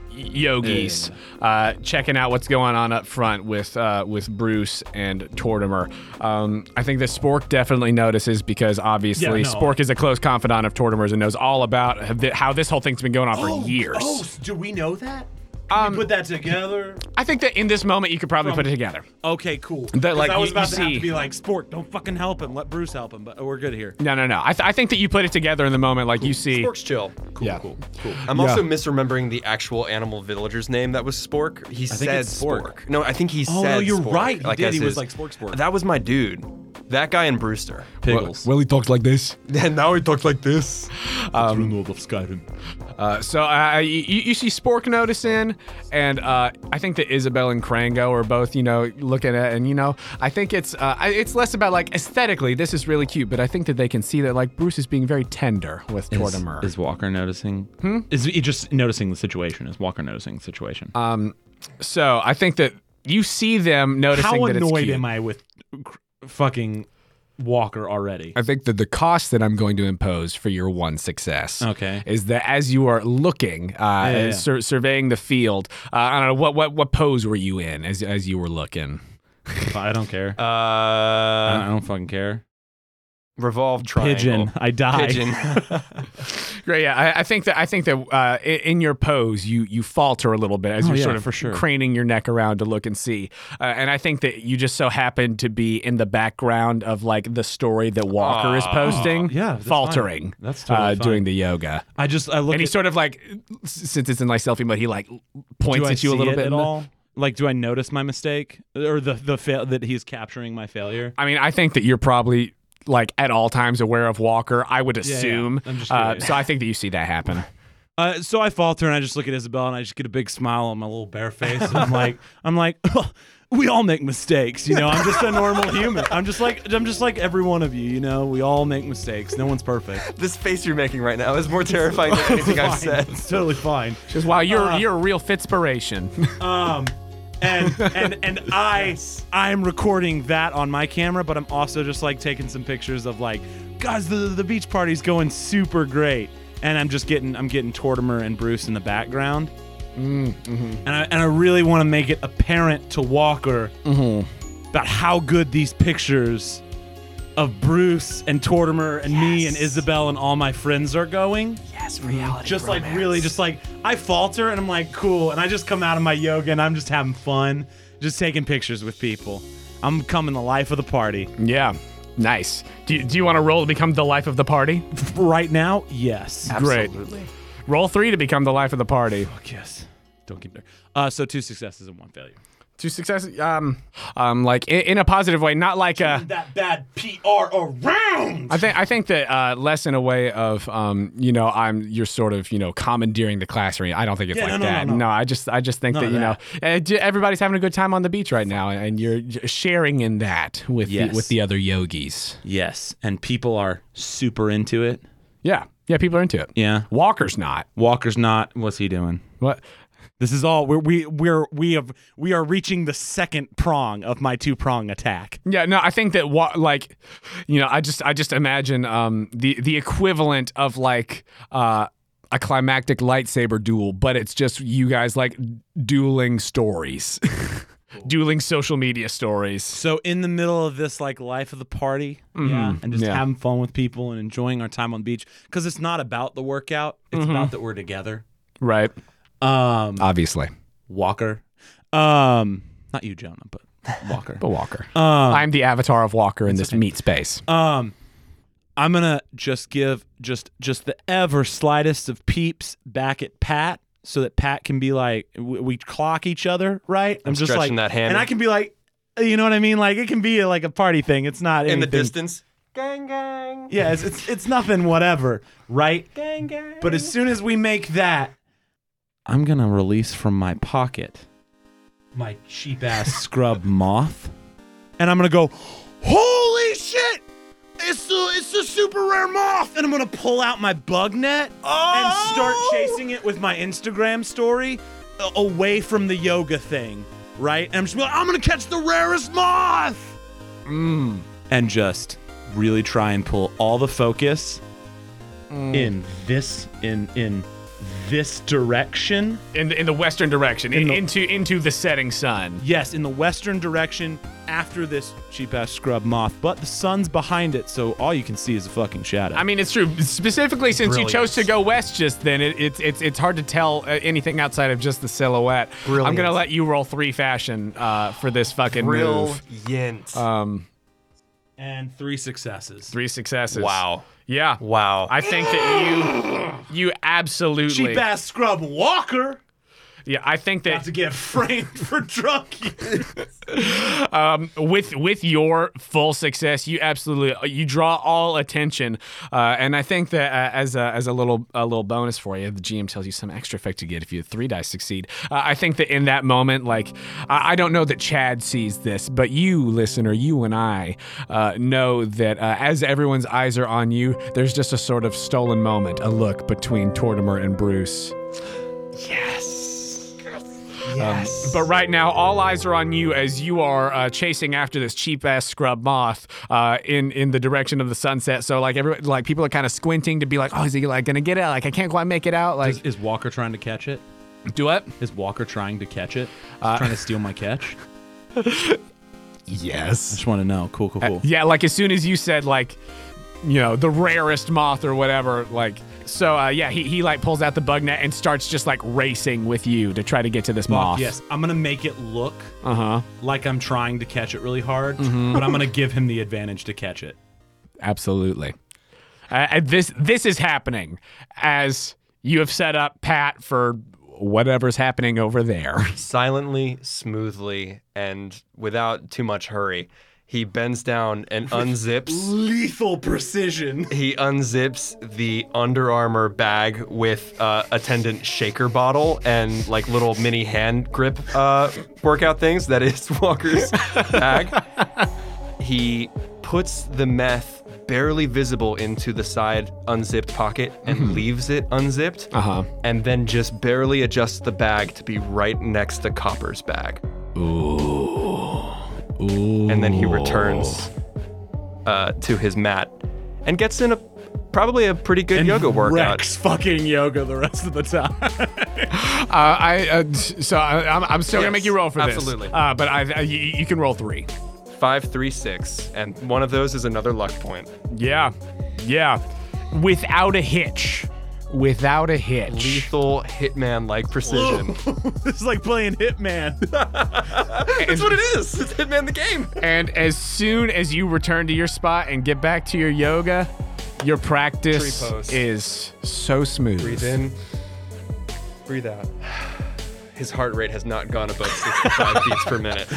y- yogis uh, checking out what's going on up front with uh, with Bruce and Tortimer. Um, I think that Spork definitely notices because obviously
Yeah, no.
Spork is a close
Oh,
confidant of Tortimer's and knows all about th- how this whole thing's been going on for years.
do we know that?
Um,
Put that together.
I think that in this moment you could probably put it together.
Okay, cool.
That, like,
I was
you-
about
you
to have
see-
to be like, Spork, don't fucking help him. Let Bruce help him. But we're good here.
No, no, no. I, th- I think that you put it together in the moment, like you see.
Spork's chill. Cool,
Yeah.
cool, cool. I'm also misremembering the actual animal villager's name that was Spork. He said
it's Spork.
Spork. No, I think he
Oh,
said
no, you're
Spork,
right. He did.
as
He was
his-
like, Spork, Spork.
That was my dude. That guy and Brewster.
Piggles.
Willie talks like
[LAUGHS]
this.
And now he talks like this.
of Skyrim.
Uh, so uh, you, you see Spork noticing, and uh, I think that Isabel and Krango are both, you know, looking at, and you know, I think it's uh, I- it's less about like aesthetically, this is really cute, but I think that they can see that like Bruce is being very tender with Tortimer.
Is Walker noticing? Hmm? Is he just noticing the situation? Is Walker noticing the situation?
Um, so I think that you see them noticing
How
that it's
annoyed
cute.
am I with cr- fucking Walker already?
I think that the cost that I'm going to impose for your one success,
Okay.
is that as you are looking, uh, and
Oh. yeah.
Sur- surveying the field, uh, I don't know what what what pose were you in as as you were looking.
I don't care.
Uh,
I don't fucking care.
revolve triangle.
Uh-huh. Pigeon. I die.
Pigeon.
Great. Yeah, I, I think that I think that uh, i- in your pose, you you falter a little bit as
Oh,
you're
yeah,
sort of
for sure.
craning your neck around to look and see. Uh, and I think that you just so happen to be in the background of like the story that Walker is posting,
yeah, that's
faltering,
fine. That's totally
uh,
fine.
doing the yoga.
I just I look
And he
at
sort of like, s- since it's in like selfie mode, he like points
do I
at you a
see
little
it
bit.
at
in the-
all. Like, do I notice my mistake or the the fail that he's capturing my failure?
I mean, I think that you're probably like at all times aware of Walker. I would
yeah.
assume.
I'm just
uh,
curious.
so I think that you see that
[LAUGHS]
happen.
Uh, so I falter and I just look at Isabel and I just get a big smile on my little bare face. And I'm [LAUGHS] like, I'm like, we all make mistakes, you know. I'm just a [LAUGHS] normal human. I'm just like, I'm just like every one of you, you know. We all make mistakes. No one's
[LAUGHS]
perfect.
this face you're making right now is more
[LAUGHS]
terrifying than anything I've said.
It's totally fine.
Just wow, you're
Uh,
you're a real [LAUGHS] Fitspiration.
Um, and and and I I'm recording that on my camera, but I'm also just like taking some pictures of like, guys, the the beach party's going super great, and I'm just getting I'm getting Tortimer and Bruce in the background, and I and I really want to make it apparent to Walker about how good these pictures of Bruce and Tortimer and me and Isabel and all my friends are going just like really just like i falter and i'm like cool and i just come out of my yoga and i'm just having fun just taking pictures with people i'm coming the life of the party
Yeah. Nice. Do you, do you want to roll to become the life of the party?
right now yes
Great. Roll three to become the life of the party.
Fuck yes don't get there uh, so two successes and one failure
To success, um, um, like in, in a positive way, not like a.
that bad pr around
I think I think that uh, less in a way of um, you know, I'm you're sort of you know commandeering the class or anything. I don't think it's
Yeah,
like
no, no, no,
that.
no.
I just I just think that you know eh, j- everybody's having a good time on the beach right now, and you're j- sharing in that with
Yes.
the, with the other yogis.
yes and people are super into it
Yeah, yeah, people are into it.
yeah
Walker's not.
walker's not what's he doing
What?
this is all we're, we we're we have we are reaching the second prong of my two prong attack
Yeah, no, I think that what like, you know, I just I just imagine um the the equivalent of like uh a climactic lightsaber duel, but it's just you guys like dueling stories. [LAUGHS] dueling social media stories.
So in the middle of this like life of the party,
Mm-hmm.
yeah, and just
Yeah.
having fun with people and enjoying our time on the beach because it's not about the workout; it's
Mm-hmm.
about that we're together.
Right.
Um,
Obviously.
Walker, um, not you, Jonah, but
[LAUGHS]
Walker.
But Walker.
um,
I'm the avatar of Walker in this meat space.
um, I'm gonna just give just just the ever slightest of peeps back at Pat. So that Pat can be like, we, we clock each other, right? I'm, just
stretching
like,
that hand.
and I can be like, you know what I mean? Like it can be like a party thing. It's not
In the
anything-
distance. Gang, gang.
Yeah, it's, it's it's nothing, whatever, right?
Gang, gang.
But as soon as we make that, I'm gonna release from my pocket my cheap [LAUGHS] ass scrub moth, and I'm gonna go, holy shit! It's the it's the super rare moth, and I'm gonna pull out my bug net and start chasing it with my Instagram story uh, away from the yoga thing, right? And I'm just gonna be like, I'm gonna catch the rarest moth, and just Mm. really try and pull all the focus in this in in
this direction.
in the, in the western direction, in
the-
into into the setting sun.
Yes, in the western direction after this cheap ass scrub moth, but the sun's behind it, so all you can see is a fucking shadow.
I mean, it's true. Specifically, since
Brilliant.
you chose to go west just then, it, it's it's it's hard to tell uh, anything outside of just the silhouette. I'm gonna
Brilliant.
let you roll three fashion uh, for this fucking move.
Brilliant.
Uh, and three successes.
Three successes.
wow.
Yeah.
Wow.
I think that you you absolutely
Cheap ass scrub walker
yeah. I think that
to get framed for [LAUGHS] drunk.
Um, with with your full success, you absolutely you draw all attention, uh, and I think that uh, as a, as a little a little bonus for you, the GM tells you some extra effect to get if you three dice succeed. Uh, I think that in that moment, like I, I don't know that Chad sees this, but you listener, you and I uh, know that uh, as everyone's eyes are on you, there's just a sort of stolen moment, a look between Tortimer and Bruce.
yes.
Um, but right now, all eyes are on you as you are uh, chasing after this cheap ass scrub moth uh, in in the direction of the sunset. So like every like people are kind of squinting to be like, oh, is he like gonna get it? Like I can't quite make it out. Like
Is Walker trying to catch it?
do what?
Is Walker trying to catch it? trying to steal my catch?
Yes.
Just want to know. Cool, cool, cool.
Yeah. Like as soon as you said like, you know, the rarest moth or whatever. Like so. Uh, yeah. He he like pulls out the bug net and starts just like racing with you to try to get to this moth.
[LAUGHS] Yes, I'm gonna make it look
Uh huh.
like I'm trying to catch it really hard, but I'm gonna give him the advantage to catch it.
Absolutely. Uh, and this this is happening as you have set up Pat for whatever's happening over there.
Silently, smoothly, and without too much hurry, he bends down and unzips.
Lethal precision.
he unzips the Under Armour bag with uh, attendant shaker bottle and like little mini hand grip uh, workout things. That is [LAUGHS] Walker's bag. He puts the meth barely visible into the side unzipped pocket and leaves it unzipped.
Uh-huh.
And then just barely adjusts the bag to be right next to Copper's bag. Ooh. And then he returns uh, to his mat and gets in a probably a pretty good yoga workout.
Rex fucking yoga the rest of the time. [LAUGHS]
Uh, I uh, so I, I'm, I'm still gonna
Yes,
make you roll for
absolutely.
this. Uh, but I, I you, you can roll three.
Five, three, six, and one of those is another luck point.
Yeah, yeah, without a hitch, without a hitch.
Lethal hitman-like precision.
it's like playing
[LAUGHS]
Hitman. [LAUGHS]
That's what it is. It's hitman the game.
And as soon as you return to your spot and get back to your yoga, your practice
Tree pose.
is so smooth.
Breathe in. Breathe out. His heart rate has not gone above 65 beats per minute.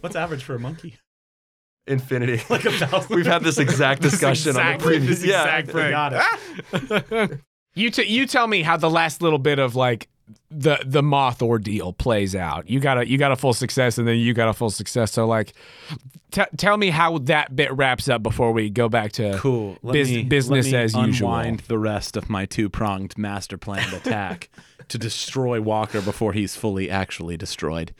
What's average for a [LAUGHS] monkey?
[LAUGHS] [LAUGHS] Infinity.
Like a [LAUGHS] thousand.
We've had [LAUGHS] this exact discussion on the
exactly-
previous.
this exact thing.
Got it.
You t- you tell me how the last little bit of like the the moth ordeal plays out. You got a you got a full success and then you got a full success. So like t- tell me how that bit wraps up before we go back to
Cool. Let
bus-
me-
business
let me
as
unwind
usual.
the rest of my two-pronged master planned attack to destroy Walker before he's fully actually destroyed.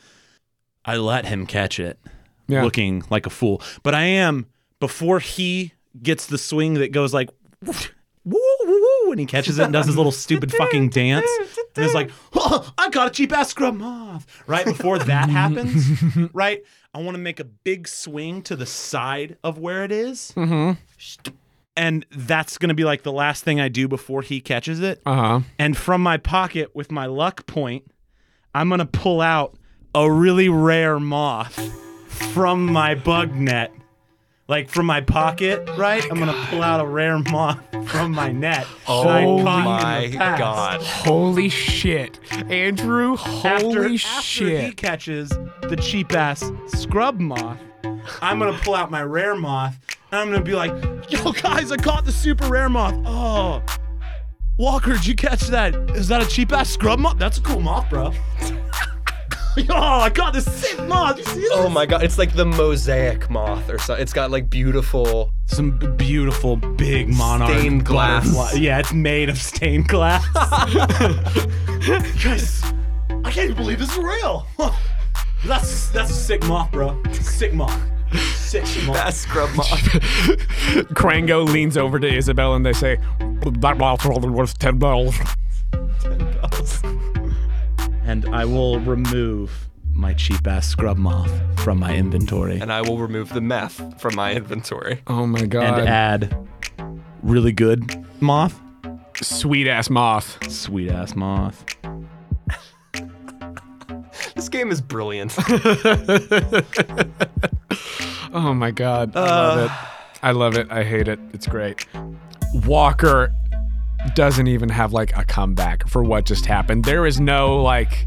I let him catch it,
Yeah.
looking like a fool. But I am before he gets the swing that goes like. [LAUGHS] Woo, woo, woo, when he catches it and does his little stupid fucking dance, and is like, [LAUGHS] oh, I got a cheap ass scrub moth. Right before that happens, right, I want to make a big swing to the side of where it is, and that's gonna be like the last thing I do before he catches it.
Uh huh.
And from my pocket with my luck point, I'm gonna pull out a really rare moth from my bug net. Like from my pocket, right? I'm gonna pull out a rare moth from my net. Oh
my God.
Holy shit, Andrew!
After,
Holy
after he
shit!
catches the cheap ass scrub moth, I'm gonna pull out my rare moth and I'm gonna be like, yo guys, I caught the super rare moth. Oh, Walker, did you catch that? Is that a cheap ass scrub moth? That's a cool moth, bro. [LAUGHS] yo, I caught this sick moth. You see this?
Oh my god, it's like the mosaic moth or something. It's got like beautiful
Some b- beautiful big monarch
stained glass.
butterfly- Yeah, it's made of stained [LAUGHS] glass. guys,
[LAUGHS]
I can't even believe this is real. that's that's a sick moth, bro. Sick moth.
Bass scrub mop.
Krango leans over to Isabel and they say, "That waffle worth ten bells."
And I will remove my cheap ass scrub moth from my inventory
[LAUGHS] and I will remove the meth from my inventory.
Oh my
and
god!
add really good moth.
Sweet ass moth.
Sweet ass moth.
This game is brilliant.
Oh my god. I
Uh.
love it. I love it. I hate it. It's great. Walker doesn't even have like a comeback for what just happened. There is no like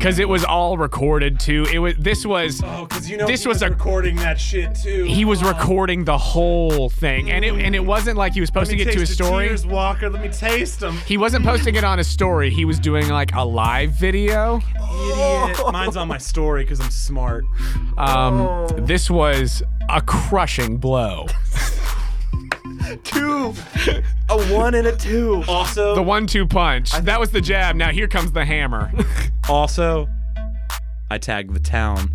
cuz it was all recorded too. It was this was
Oh, because you know
This
he
was a-
recording that shit too.
he was recording the whole thing and it and it wasn't like he was
Let me
posting it to
taste
his
the
story.
Tears, Walker, let me taste them.
He wasn't posting it on his story. He was doing like a live video.
[LAUGHS]
Idiot. Mine's on my story because I'm smart. Oh.
Um this was a crushing blow.
two, [LAUGHS] a one and a two.
Also,
The one-two punch. That was the jab. Now here comes the hammer.
Also, I tagged
[GASPS]
the town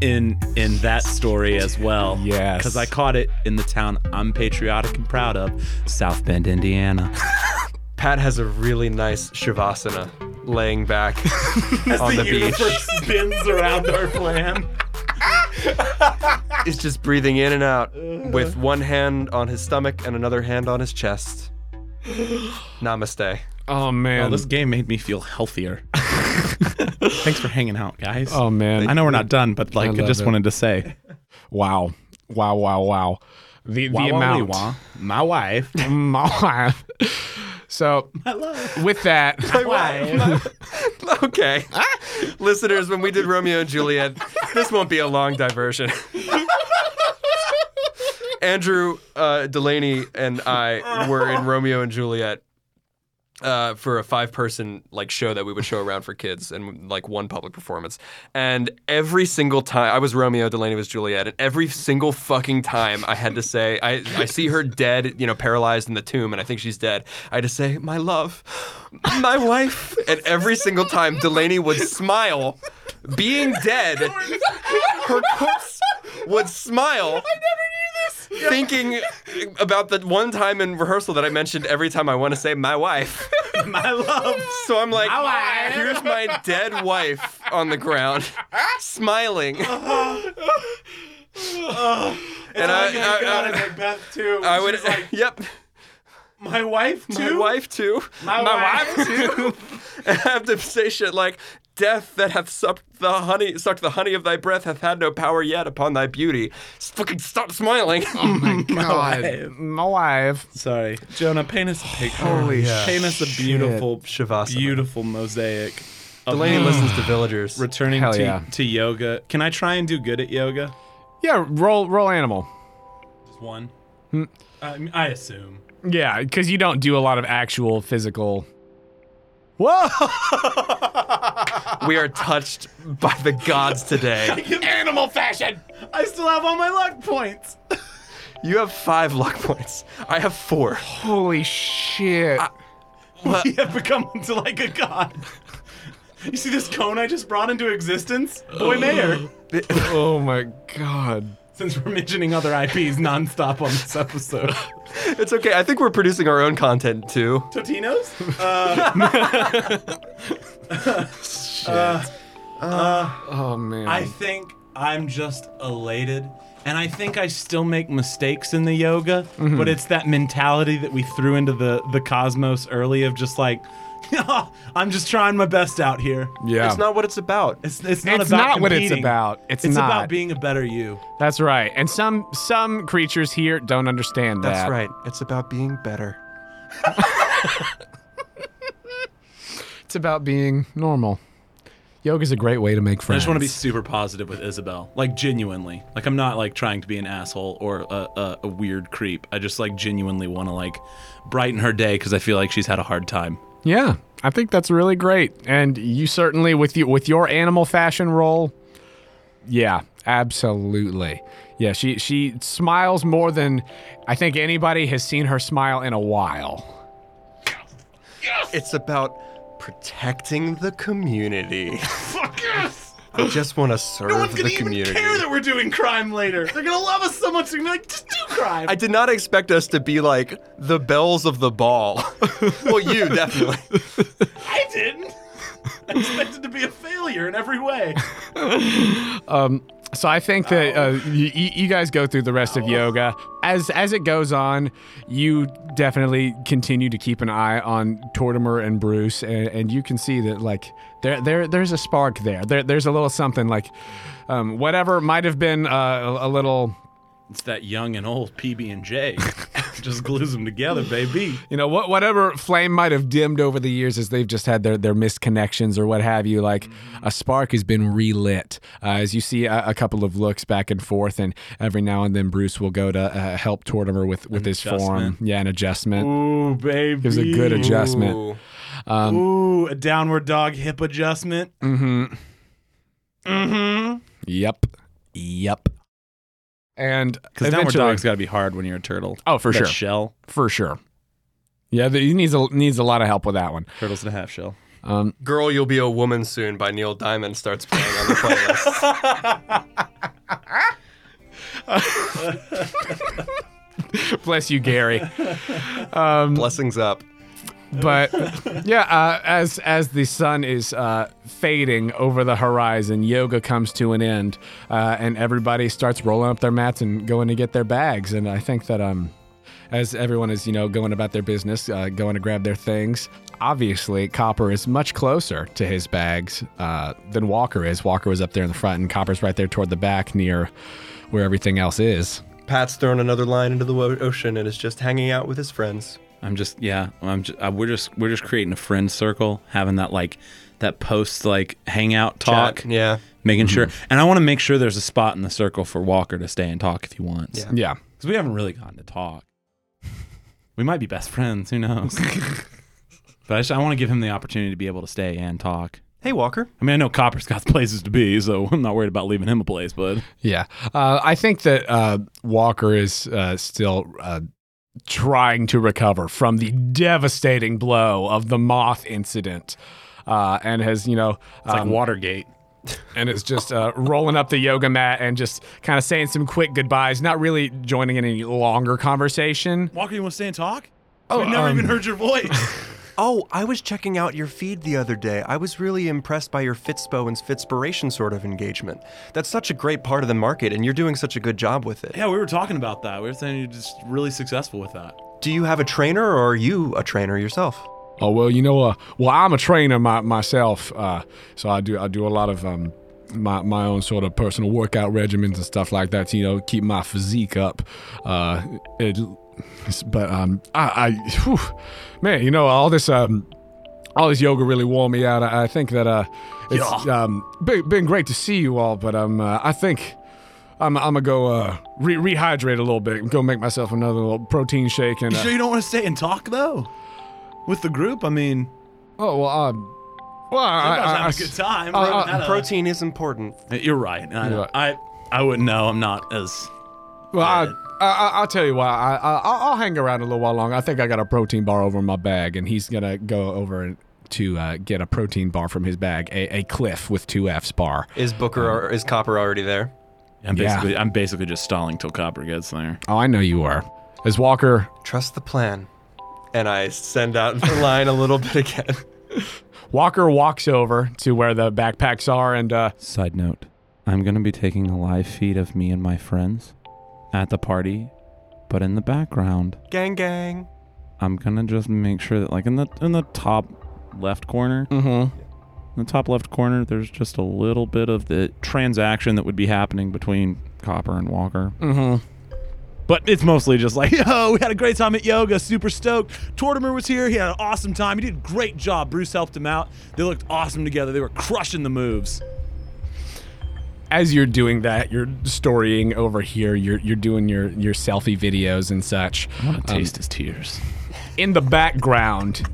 in in that story as well.
Yes.
Because I caught it in the town I'm patriotic and proud of, South Bend, Indiana.
Pat has a really nice shavasana, laying back [LAUGHS] on the, beach.
spins around our plan.
He's just breathing in and out with one hand on his stomach and another hand on his chest. Namaste.
Oh man.
Well, this game made me feel healthier. Thanks for hanging out, guys.
oh man.
I know we're not done, but like I,
love
just
it.
wanted to say,
Wow. Wow, wow, wow. The, the amount. [LAUGHS]
Wah-wah-wee-wah,
[LAUGHS]
my wife,
My- so, with that,
Oh [LAUGHS] Okay. Listeners, when we did Romeo and Juliet, this won't be a long diversion. Andrew uh, Delaney and I were in Romeo and Juliet uh, for a five-person like show that we would show around for kids, and like one public performance. And every single time, I was Romeo, Delaney was Juliet, and every single fucking time I had to say, I, I see her dead, you know, paralyzed in the tomb, and I think she's dead. I had to say, my love, my wife, and every single time Delaney would smile, being dead, her corpse would smile thinking about the one time in rehearsal that I mentioned every time I want to say my wife.
My love.
So I'm like, here's my dead wife on the ground,
[LAUGHS]
smiling. and
Uh,
I,
I got
I,
it,
I,
Macbeth too.
I would,
She's like,
yep,
my wife
my
too.
wife too, [LAUGHS]
My wife
too. and I have to say shit like, death that hath sucked the honey, sucked the honey of thy breath hath had no power yet upon thy beauty. Fucking
[LAUGHS]
stop smiling.
[LAUGHS] God, my wife.
Sorry, Jonah, paint us a picture.
Holy
paint us a beautiful,
Shavasana.
beautiful mosaic.
Delaney listens to villagers.
Returning
Hell
to,
yeah.
to yoga. Can I try and do good at yoga?
Yeah, roll roll animal.
One.
Hmm.
I, I assume.
Yeah, because you don't do a lot of actual physical. Whoa!
We are touched by the gods today.
[LAUGHS]
Animal fashion.
I still have all my luck points.
You have five luck points. I have four.
Holy shit!
[LAUGHS] You have become [LAUGHS] into like a god. You see this cone I just brought into existence? Boy
[GASPS]
Mayor.
oh my god.
Since we're mentioning other IPs nonstop on this episode.
It's okay. I think we're producing our own content too.
[LAUGHS] Totinos?
Oh man.
[LAUGHS] I think I'm just elated. And I think I still make mistakes in the yoga,
Mm-hmm.
but it's that mentality that we threw into the, the cosmos early of just like, [LAUGHS] "Ah, I'm just trying my best out here.
yeah.
It's not what it's about.
It's, it's not
It's
about
not what it's
competing.
about. It's,
It's
not.
about being a better you.
That's right. And some some creatures here don't understand that.
That's right. It's about being better.
It's about being normal. Yoga's a great way to make friends.
I just want to be super positive with Isabel, like genuinely. Like I'm not like trying to be an asshole or a, a, a weird creep. I just like genuinely want to like brighten her day because I feel like she's had a hard time.
Yeah, I think that's really great. And you certainly with you with your animal fashion role. Yeah, absolutely. Yeah, she she smiles more than I think anybody has seen her smile in a while.
It's about protecting the community. [LAUGHS] Fuck yes! I just want to serve
No one's
the
gonna even
community.
care that we're doing crime later. They're gonna love us so much. They're gonna be like, just do crime.
I did not expect us to be like the bells of the ball. [LAUGHS] well, you definitely.
I didn't. [LAUGHS] I expected to be a failure in every way.
So I think that uh, you, you guys go through the rest of yoga. As as it goes on, you definitely continue to keep an eye on Tortimer and Bruce, and, and you can see that like there there there's a spark there. There there's a little something like um, whatever might have been uh, a, a little
It's that young and old PB and J.
[LAUGHS]
Just glues them together, baby.
you know what whatever flame might have dimmed over the years as they've just had their their misconnections or what have you like a spark has been relit uh, as you see a, a couple of looks back and forth and every now and then bruce will go to uh, help tortimer with with his form yeah an adjustment
Ooh, baby.
gives a good adjustment Um,
Ooh.
Ooh, a downward dog hip adjustment.
Mm-hmm. yep yep and
Because downward
eventually-
dog's got to be hard when you're a turtle.
oh for
that
sure
shell.
for sure yeah the- he needs a needs a lot of help with that one
Turtles in a half shell.
Girl, You'll Be a Woman Soon by Neil Diamond starts playing on the playlist.
bless you gary
Blessings up.
but yeah, uh, as as the sun is uh, fading over the horizon, yoga comes to an end, uh, and everybody starts rolling up their mats and going to get their bags. And I think that um, as everyone is you know going about their business, uh, going to grab their things, obviously Copper is much closer to his bags uh, than Walker is. Walker was up there in the front, and Copper's right there toward the back, near where everything else is.
Pat's thrown another line into the wo- ocean and is just hanging out with his friends.
I'm just yeah. I'm just, uh, we're just we're just creating a friend circle, having that like that post like hangout
Chat,
talk,
Yeah.
making sure.
Mm-hmm.
And I want to make sure there's a spot in the circle for Walker to stay and talk if he wants,
Yeah.
because
Yeah.
we haven't really gotten to talk. We might be best friends. Who [LAUGHS] knows? but I, just, I want to give him the opportunity to be able to stay and talk.
Hey, Walker.
I mean, I know Copper's got places to be, so [LAUGHS] I'm not worried about leaving him a place. But
Yeah. Uh, I think that uh, Walker is uh, still uh, trying to recover from the devastating blow of the moth incident. Uh, and has you know, um,
Watergate.
and is just uh, rolling up the yoga mat and just kind of saying some quick goodbyes, not really joining in any longer conversation.
Walker, you want to stay and talk? Oh, We've never
um,
even heard your [LAUGHS] voice.
Oh, I was checking out your feed the other day. I was really impressed by your Fitzpo and Fitzpiration sort of engagement. That's such a great part of the market, and you're doing such a good job with it.
yeah, we were talking about that. We were saying you're just really successful with that.
Do you have a trainer, or are you a trainer yourself?
Oh well, you know, uh, well I'm a trainer my, myself, uh, so I do I do a lot of um, my my own sort of personal workout regimens and stuff like that. To, you know, keep my physique up. Uh, it, it's- but um, I, I whew, man, you know, all this um, all this yoga really wore me out. I, I think that uh, it's um, been, been great to see you all, but um, uh, I think. I'm, I'm gonna go uh, re- rehydrate a little bit. Go make myself another little protein shake and
You
uh,
sure you don't want to stay and talk though? With the group, I mean,
oh well, uh, well I,
I,
I- I
having a
s-
good time.
I-
We're
I-
having that, uh,
Protein is important.
You're right. I,
You're right.
I I wouldn't know. I'm not as
Well, I, I, I- I'll tell you why. I, I, I'll I'll hang around a little while longer. I think I got a protein bar over in my bag, and he's gonna go over and- to uh, get a protein bar from his bag, a, a Cliff with two F's bar.
Is Booker or is Copper already there?
I'm
Yeah.
basically I'm basically just stalling till Copper gets there.
Oh, I know you are. As Walker,
Trust the plan. And I send out the line a little bit again.
Walker walks over to where the backpacks are, and uh,
Side note, I'm going to be taking a live feed of me and my friends at the party, but in the background,
[LAUGHS] Gang, gang.
I'm going to just make sure that like in the in the top left corner, Mm-hmm. in the top left corner, there's just a little bit of the transaction that would be happening between Copper and Walker.
Mm-hmm. But it's mostly just like, [LAUGHS] yo, we had a great time at yoga, super stoked. Tortimer was here, he had an awesome time. He did a great job. Bruce helped him out. They looked awesome together. They were crushing the moves.
as you're doing that, you're storying over here. You're you're doing your your selfie videos and such.
taste his tears.
in the background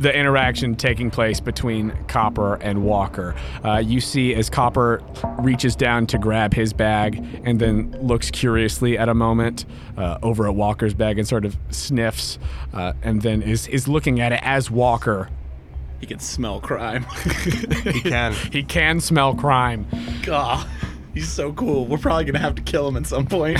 the interaction taking place between Copper and Walker. Uh, you see as Copper reaches down to grab his bag and then looks curiously at a moment uh, over at Walker's bag and sort of sniffs uh, and then is, is looking at it as Walker
He can smell
[LAUGHS]
crime.
He can.
He can smell crime.
God, he's so cool. We're probably gonna have to kill him at some point.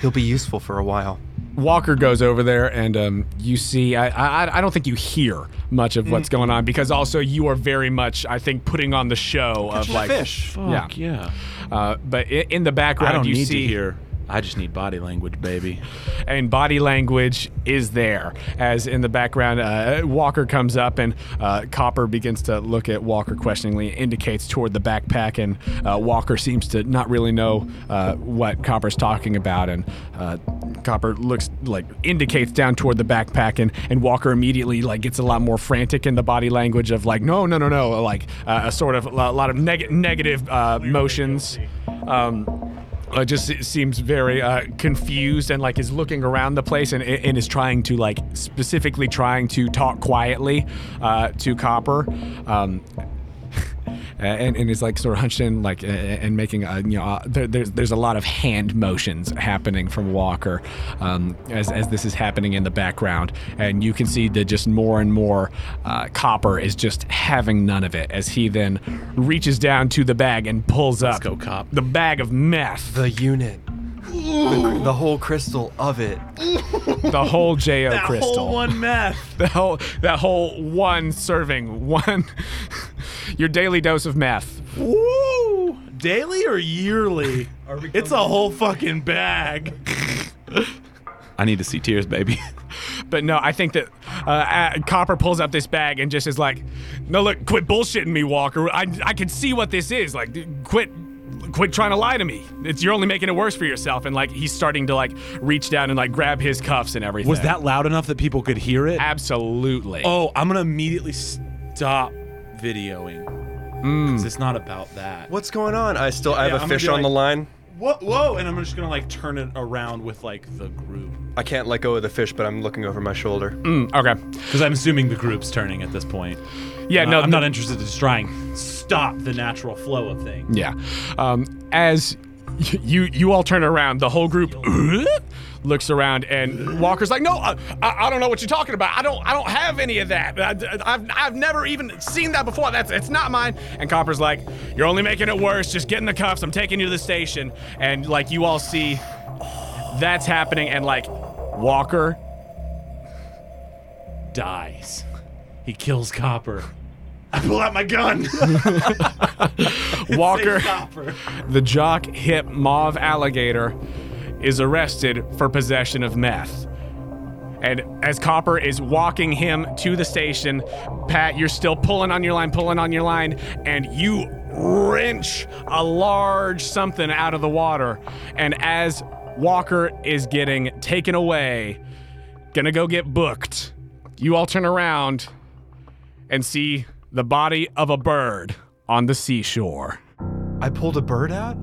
He'll be useful for a while.
Walker goes over there, and um, you see. I, I I don't think you hear much of what's going on because also you are very much, I think, putting on the show of like.
Fish.
Yeah.
[LAUGHS] Fuck yeah.
Uh, but in, in the
I
background,
don't
you
need
see
to hear. I just need body language, baby.
and body language is there. As in the background, uh, Walker comes up and uh, Copper begins to look at Walker questioningly, indicates toward the backpack, and uh, Walker seems to not really know uh, what Copper's talking about. And uh, Copper looks like indicates down toward the backpack, and, and Walker immediately like gets a lot more frantic in the body language of like no no no no like uh, a sort of a lot of neg- negative uh, motions. Um, uh, just se- seems very uh, confused and like is looking around the place and, and is trying to like specifically trying to talk quietly uh, to Copper. Um, [LAUGHS] and, and is like sort of hunched in like uh, and making a, you know uh, there, there's there's a lot of hand motions happening from Walker um, as, as this is happening in the background and you can see that just more and more uh, Copper is just having none of it as he then reaches down to the bag and pulls up
go, Cop.
the bag of meth
The unit. The, the whole crystal of it.
the whole Jo crystal
Whole one
[LAUGHS]
meth.
the whole that whole one serving one your daily dose of meth
Woo! Daily or yearly? It's a whole fucking bag.
I need to see tears,
[LAUGHS]
baby.
But no, I think that uh, uh, Copper pulls up this bag and just is like, "No, look, quit bullshitting me, Walker. I I can see what this is. Like, d- quit." Quit trying to lie to me. It's you're only making it worse for yourself. And like he's starting to like reach down and like grab his cuffs and everything.
Was that loud enough that people could hear it?
absolutely?
Oh, I'm gonna immediately stop videoing. 'Cause it's not about that.
What's going on? I still I have
Yeah,
a
I'm gonna
fish
be
on the
like-
line.
Whoa, whoa, and I'm just gonna like turn it around with like the group.
I can't let go of the fish, but I'm looking over my shoulder.
Mm, okay.
Because I'm assuming the group's turning at this point. Uh,
Yeah. No.
I'm not interested in just trying stop the natural flow of things.
Yeah. Um, as [LAUGHS] y- you you all turn around, the whole group [CLEARS THROAT] looks around, and Walker's like, "No, I, I I don't know what you're talking about. I don't I don't have any of that. I, have I've never even seen that before. That's it's not mine." And Copper's like, "You're only making it worse. Just get in the cuffs. I'm taking you to the station." And like you all see, that's happening, and like Walker
Dies. He kills Copper.
I pull out my gun.
[LAUGHS] Walker.
Copper.
the jock hip mauve alligator is arrested for possession of meth. And as Copper is walking him to the station, Pat, you're still pulling on your line, pulling on your line, and you wrench a large something out of the water. And as Walker is getting taken away, gonna go get booked, you all turn around and see the body of a bird on the seashore.
I pulled a bird out?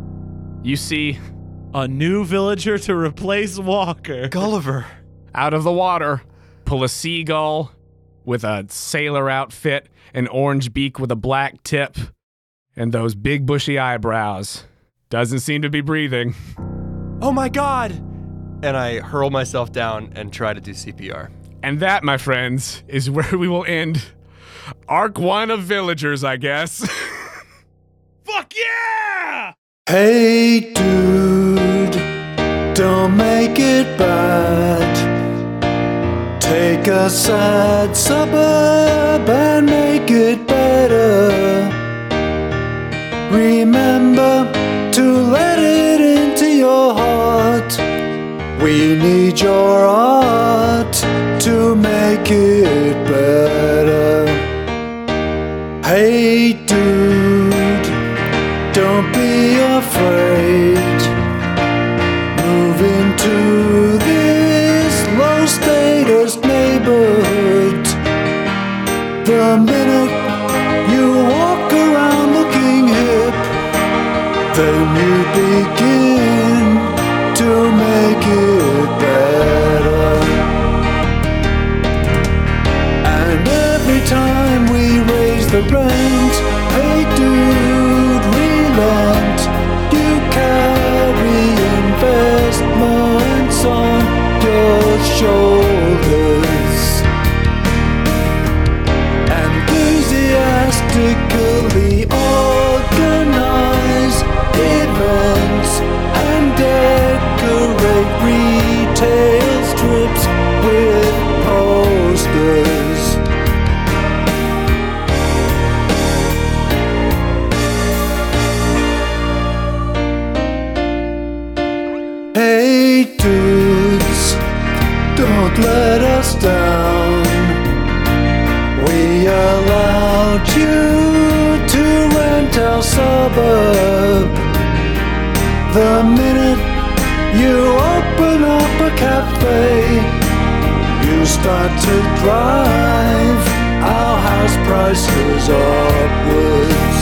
You see
[LAUGHS] A new villager to replace Walker.
Gulliver.
out of the water, pull a seagull with a sailor outfit, an orange beak with a black tip, and those big bushy eyebrows. Doesn't seem to be breathing.
Oh my god! And I hurl myself down and try to do CPR.
And that, my friends, is [LAUGHS] where we will end arc one of villagers, I guess. [LAUGHS]
Fuck yeah!
Hey dude, don't make it bad. Take a sad suburb and make it better. Remember to let it into your heart. We need your art to make it better. Hey dude. Don't be afraid. Move into this low status neighborhood. The minute you walk around looking hip, then you begin to make it better. And tail strips with posters. Hey dudes, don't let us down. We allowed you to rent our suburb. The minute you open up a cafe, you start to thrive. Our house prices upwards.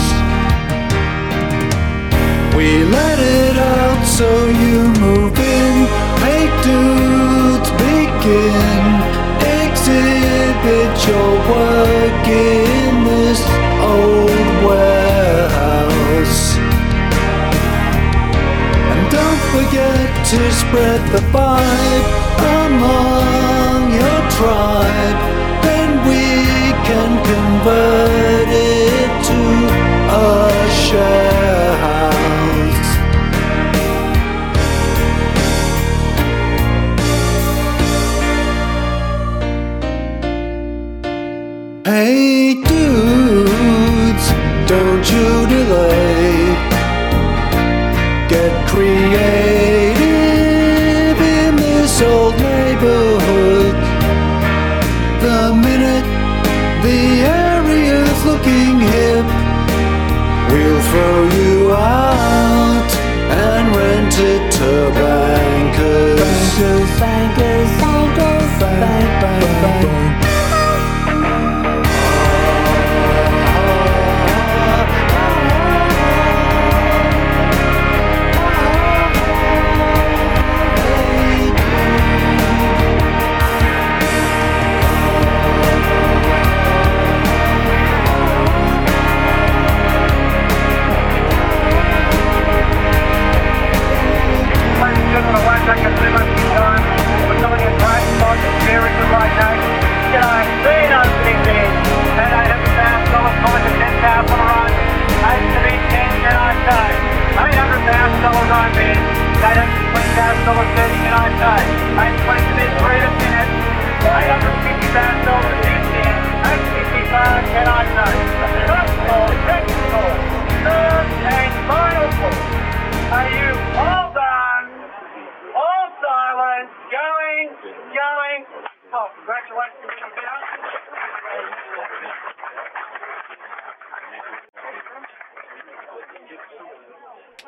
We let it out so you move in. Make dudes begin. Exhibit your work in this old warehouse. And don't forget to spread the vibe among your tribe. Then we can convert it to a share house. Hey dudes, don't you delay get creative in this old neighborhood. The minute the area's looking hip, we'll throw you out and rent it to bankers. Bankers, bankers, bankers, bank, bank, bank.
Ladies and gentlemen, one second, three months in time. We're selling a price called the Spirit of Light Night. Get on, stay on these days. And I have a fast fellow going to 10 half on run. Nice to meet James and I time. 900 fast fellows on base. 920 fast fellows sitting in on time. 920 to mid parade of minutes. 950 fast fellows 18. 965 10 on time. First goal, second goal, third and final goal. Are you all done? All silent. Going, going. Oh, congratulations. Mr. Bell.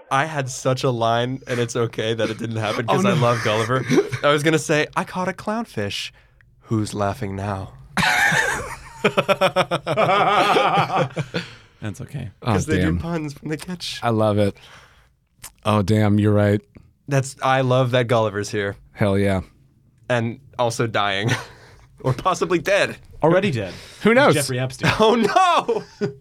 I had such a line, and it's okay that it didn't happen
Oh,
because I love Gulliver. I was gonna say I caught a clownfish. Who's laughing now?
That's okay.
Oh,
Because they do
damn.
puns when they catch.
I love it. Oh, damn. You're right.
That's I love that Gulliver's here
Hell yeah.
and also dying, [LAUGHS] or possibly dead.
Already dead.
Who knows?
Jeffrey Epstein.
Oh no!